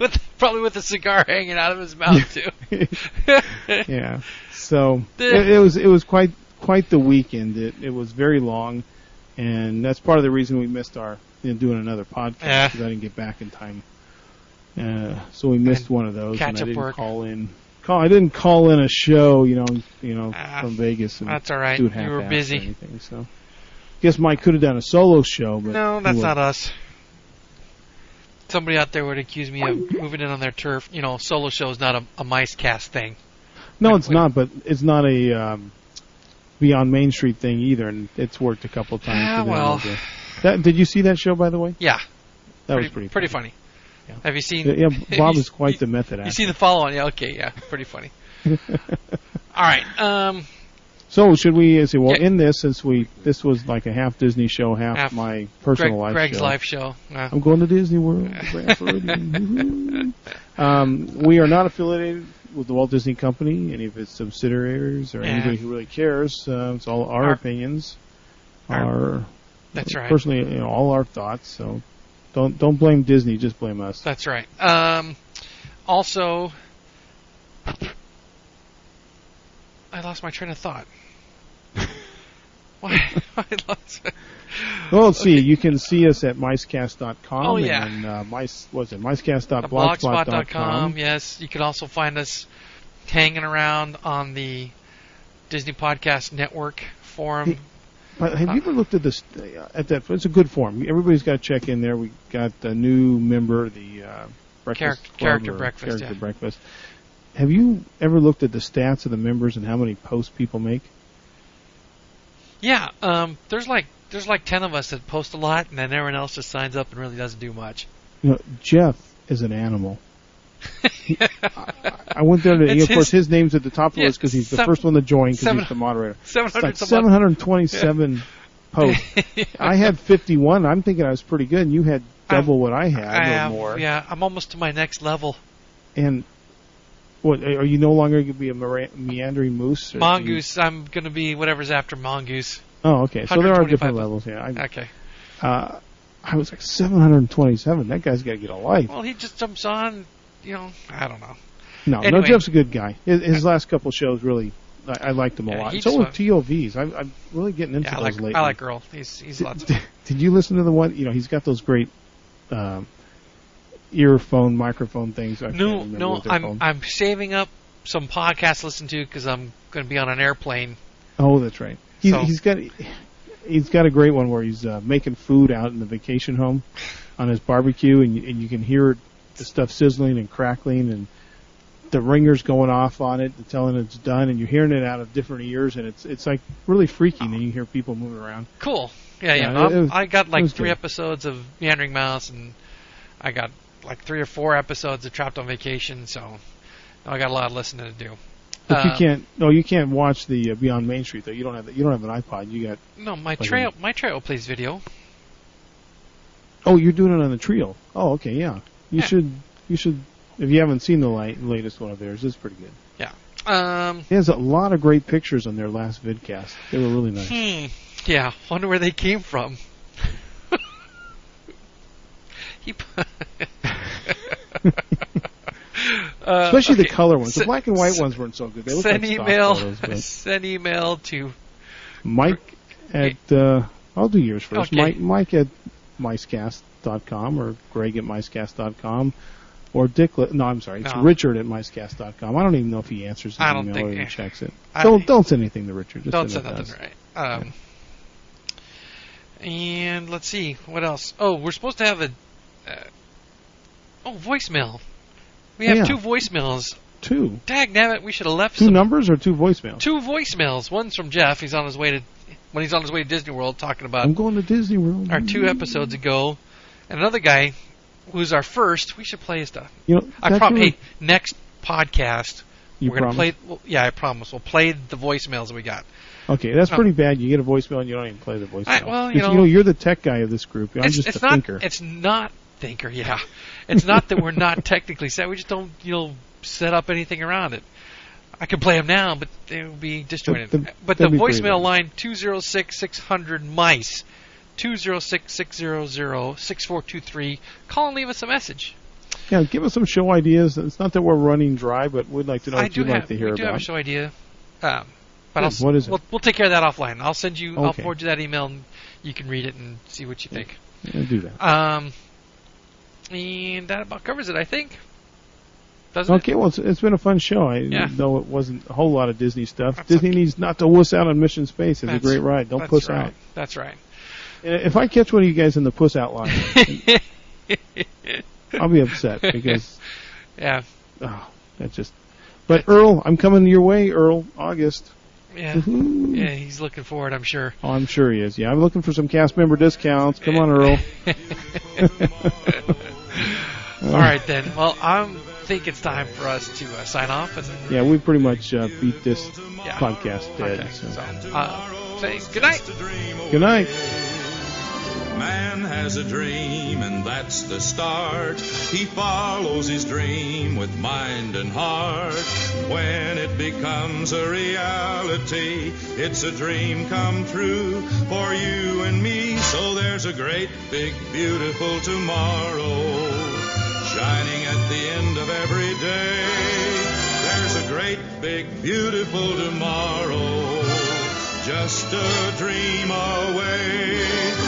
A: With, probably with a cigar hanging out of his mouth, too.
B: [LAUGHS] yeah. So
A: Eh.
B: it, it was it was quite quite the weekend. It it was very long, and that's part of the reason we missed our you know, doing another podcast
A: Yeah.
B: because I didn't get back in time. Uh, so we missed
A: And
B: one of those, and I
A: catch up
B: didn't
A: work.
B: call in. Call I didn't call in a show, you know, you know,
A: Ah,
B: from Vegas.
A: [LAUGHS]
B: And
A: That's all right.
B: do
A: You
B: it half-assed
A: were
B: or
A: busy.
B: anything, so guess Mike could have done a solo show, but
A: No, that's
B: he
A: not us. Somebody out there would accuse me of moving in on their turf. You know, solo show is not a, a mice cast thing.
B: No, it's
A: Wait.
B: not, but it's not a um, Beyond Main Street thing either, and it's worked a couple times.
A: Ah,
B: for them,
A: well.
B: I guess. That, did you see that show, by the way?
A: Yeah,
B: That
A: pretty,
B: was pretty
A: pretty funny.
B: Yeah.
A: Have you seen?
B: Yeah, yeah,
A: [LAUGHS]
B: Bob
A: you-
B: is quite the method
A: You
B: actor.
A: see the follow on? Yeah, okay, yeah, pretty
B: [LAUGHS]
A: funny. All right, um,
B: So should we uh, say, well,
A: Yeah.
B: in this, since we this was like a half Disney show, half,
A: Half
B: my personal
A: Greg,
B: life
A: Greg's
B: show. Oh,
A: live show. Uh,
B: I'm going to
A: [LAUGHS]
B: Disney World. Grand Floridian. Woohoo. um, we are not affiliated with the Walt Disney Company, any of its subsidiaries, or
A: Yeah.
B: anybody who really cares. Uh, it's all our,
A: Our-
B: opinions.
A: our-
B: our
A: that's right.
B: personally you know, all our thoughts. So don't don't blame Disney, just blame us.
A: That's right. Um, also, I lost my train of
B: [LAUGHS]
A: thought. Why? [LAUGHS] I lost.
B: Well, let's see. uh, You can see us at micecast.com.
A: Oh, yeah.
B: And uh, mice was it
A: blogspot.com.
B: micecast.blogspot.com.
A: Yes, you can also find us hanging around on the Disney Podcast Network forum.
B: But have you ever looked at this uh, at that? It's a good form. Everybody's got to check in there. We got a new member, the uh, breakfast
A: Character-
B: Club
A: Character
B: or
A: Breakfast,
B: Character
A: yeah.
B: breakfast. Have you ever looked at the stats of the members and how many posts people make?
A: Yeah, um, there's like there's like ten of us that post a lot, and then everyone else just signs up and really doesn't do much. [LAUGHS]
B: You know, Jeff is an animal.
A: [LAUGHS]
B: I, I went there to,
A: It's
B: of course,
A: his-
B: his name's at the top of the
A: Yeah,
B: list because he's the
A: seven-
B: first one to join because
A: seven-
B: he's the moderator.
A: Seven
B: It's like
A: hundred.
B: 727 posts.
A: [LAUGHS]
B: I had 51. I'm thinking I was pretty good, and you had double what I had
A: Um, I
B: or
A: have-
B: more.
A: Yeah, I'm almost to my next level.
B: And what are you no longer going to be a mera- meandering moose? or do you-
A: Mongoose. I'm gonna be whatever's after mongoose.
B: oh, okay. So there are
A: 125.
B: different levels. Yeah. I,
A: Okay.
B: Uh, I was like 727. That guy's got to get a life.
A: Well, he just jumps on, you know, I don't know.
B: No, no,
A: anyway.
B: Jeff's a good guy. His, his last couple shows really, I, I liked him a
A: Yeah,
B: lot.
A: he
B: So
A: just
B: with
A: wa-
B: TOVs, I, I'm really getting into
A: Yeah, I
B: those
A: like
B: lately.
A: I like Girl. He's he's lots of
B: did,
A: fun.
B: did you listen to the one? You know, he's got those great um, earphone microphone things. I can't
A: No,
B: remember
A: no,
B: what they're
A: I'm
B: called.
A: I'm saving up some podcasts to listen to because I'm going to be on an airplane.
B: Oh, that's right. He's,
A: So-
B: he's got he's got a great one where he's uh, making food out in the vacation home on his barbecue, and you, and you can hear the stuff sizzling and crackling, and the ringers going off on it, telling it's done, and you're hearing it out of different ears, and it's it's like really freaky. And you hear people moving around.
A: Cool. Yeah, yeah.
B: Yeah, it
A: I'm-
B: was-
A: I got
B: it
A: like
B: was
A: three
B: good.
A: episodes of Meandering Mouse, and I got like three or four episodes of Trapped on Vacation. So I got a lot of listening to do.
B: But you
A: Uh,
B: can't. No, you can't watch the uh, Beyond Main Street though. You don't have that. You don't have an iPod. You got.
A: No, my
B: Like
A: trail, my trail plays video.
B: Oh, you're doing it on the trio. Oh, okay, yeah. You
A: Yeah.
B: should. You should. If you haven't seen the light, latest one of theirs, it's pretty good.
A: Um,
B: He has a lot of great pictures on their last vidcast. They were really nice.
A: hmm, yeah. [LAUGHS] Wonder where they came from. [LAUGHS] he, pu- [LAUGHS] Uh,
B: Especially the
A: okay.
B: color ones. The
A: Sen-
B: black and white
A: sen-
B: ones weren't so good. They looked
A: Send
B: like stock
A: email.
B: photos, but
A: [LAUGHS] Send email to
B: Mike at uh, I'll do yours first.
A: Okay.
B: Mike Mike at micecast.com or Greg at micecast.com or Dick. Li- No, I'm sorry. It's
A: No.
B: Richard at micecast.com. I don't even know if he answers the
A: I don't
B: email
A: think-
B: or he
A: eh.
B: checks it.
A: I-
B: don't don't send anything to Richard. Just
A: Don't say
B: send it to
A: nothing
B: us.
A: right. Um, And let's see what else. Oh, we're supposed to have a. Uh, oh, voicemail. We have
B: Oh, Yeah.
A: two voicemails.
B: Two
A: Dag nabbit, we should have left
B: two
A: some
B: numbers or two voicemails.
A: two voicemails. One's from Jeff. He's on his way to when he's on his way to Disney World talking about
B: I'm going to Disney World.
A: our uh, two episodes ago, and another guy who's our first. We should play his stuff.
B: You know,
A: I
B: that's
A: promise.
B: really-
A: Hey, next podcast
B: you
A: we're gonna
B: promise?
A: play. Well, yeah, I promise. We'll play the voicemails that we got.
B: Okay, that's
A: Oh.
B: pretty bad. You get a voicemail and you don't even play the voicemail.
A: I- well, you
B: 'Cause,
A: know-
B: you're the tech guy of this group. I'm
A: it's,
B: just
A: it's
B: a
A: not,
B: thinker.
A: It's not thinker. Yeah, it's not that we're
B: [LAUGHS]
A: not technically set. We just don't you know set up anything around it. I could play them now, but they would be disjointed.
B: The- the-
A: but the
B: that'd be pretty
A: voicemail
B: nice.
A: line two zero six six hundred mice two zero six six zero zero six four two three. Call and leave us a message.
B: Yeah, give us some show ideas. It's not that we're running dry, but we'd like to know
A: I
B: what
A: do
B: Oh, you'd
A: have
B: like to hear
A: we
B: about.
A: do have a show idea, um, but
B: Good.
A: I'll, s-
B: What is it?
A: We'll, we'll take care of that offline. I'll send you. I'll
B: Okay.
A: forward you that email, and you can read it and see what you think.
B: Yeah, do that.
A: Um, and that about covers it, I think. Doesn't
B: Okay, well, it's, it's been a fun show. I
A: Yeah.
B: though it wasn't a whole lot of Disney stuff.
A: That's
B: Disney needs not to wuss out on Mission Space. It's a
A: That's-
B: great ride.
A: it?
B: Don't
A: That's
B: puss
A: right.
B: out.
A: That's
B: [LAUGHS]
A: right.
B: And If I catch one of you guys in the puss out
A: [LAUGHS]
B: line, I'll be upset because
A: yeah.
B: oh, that just. But Earl, I'm coming your way, Earl. August. Mm-hmm.
A: Yeah.
B: Woohoo.
A: Yeah, he's looking forward, I'm sure.
B: Oh, I'm sure he is. Yeah, I'm looking for some cast member discounts. Come on, Earl.
A: [LAUGHS]
B: [LAUGHS]
A: All right, then. Well, I think it's time for us to uh, sign off. And,
B: Yeah, we pretty much uh, beat this
A: yeah.
B: podcast dead.
A: Okay.
B: so.
A: So, uh, say good night.
C: Just a dream away.
B: Good night.
C: Man has a dream, and that's the start. He follows his dream with mind and heart. When it becomes a reality, it's a dream come true for you and me. So there's a great, big, beautiful tomorrow shining at the end of every day. There's a great, big, beautiful tomorrow just a dream away.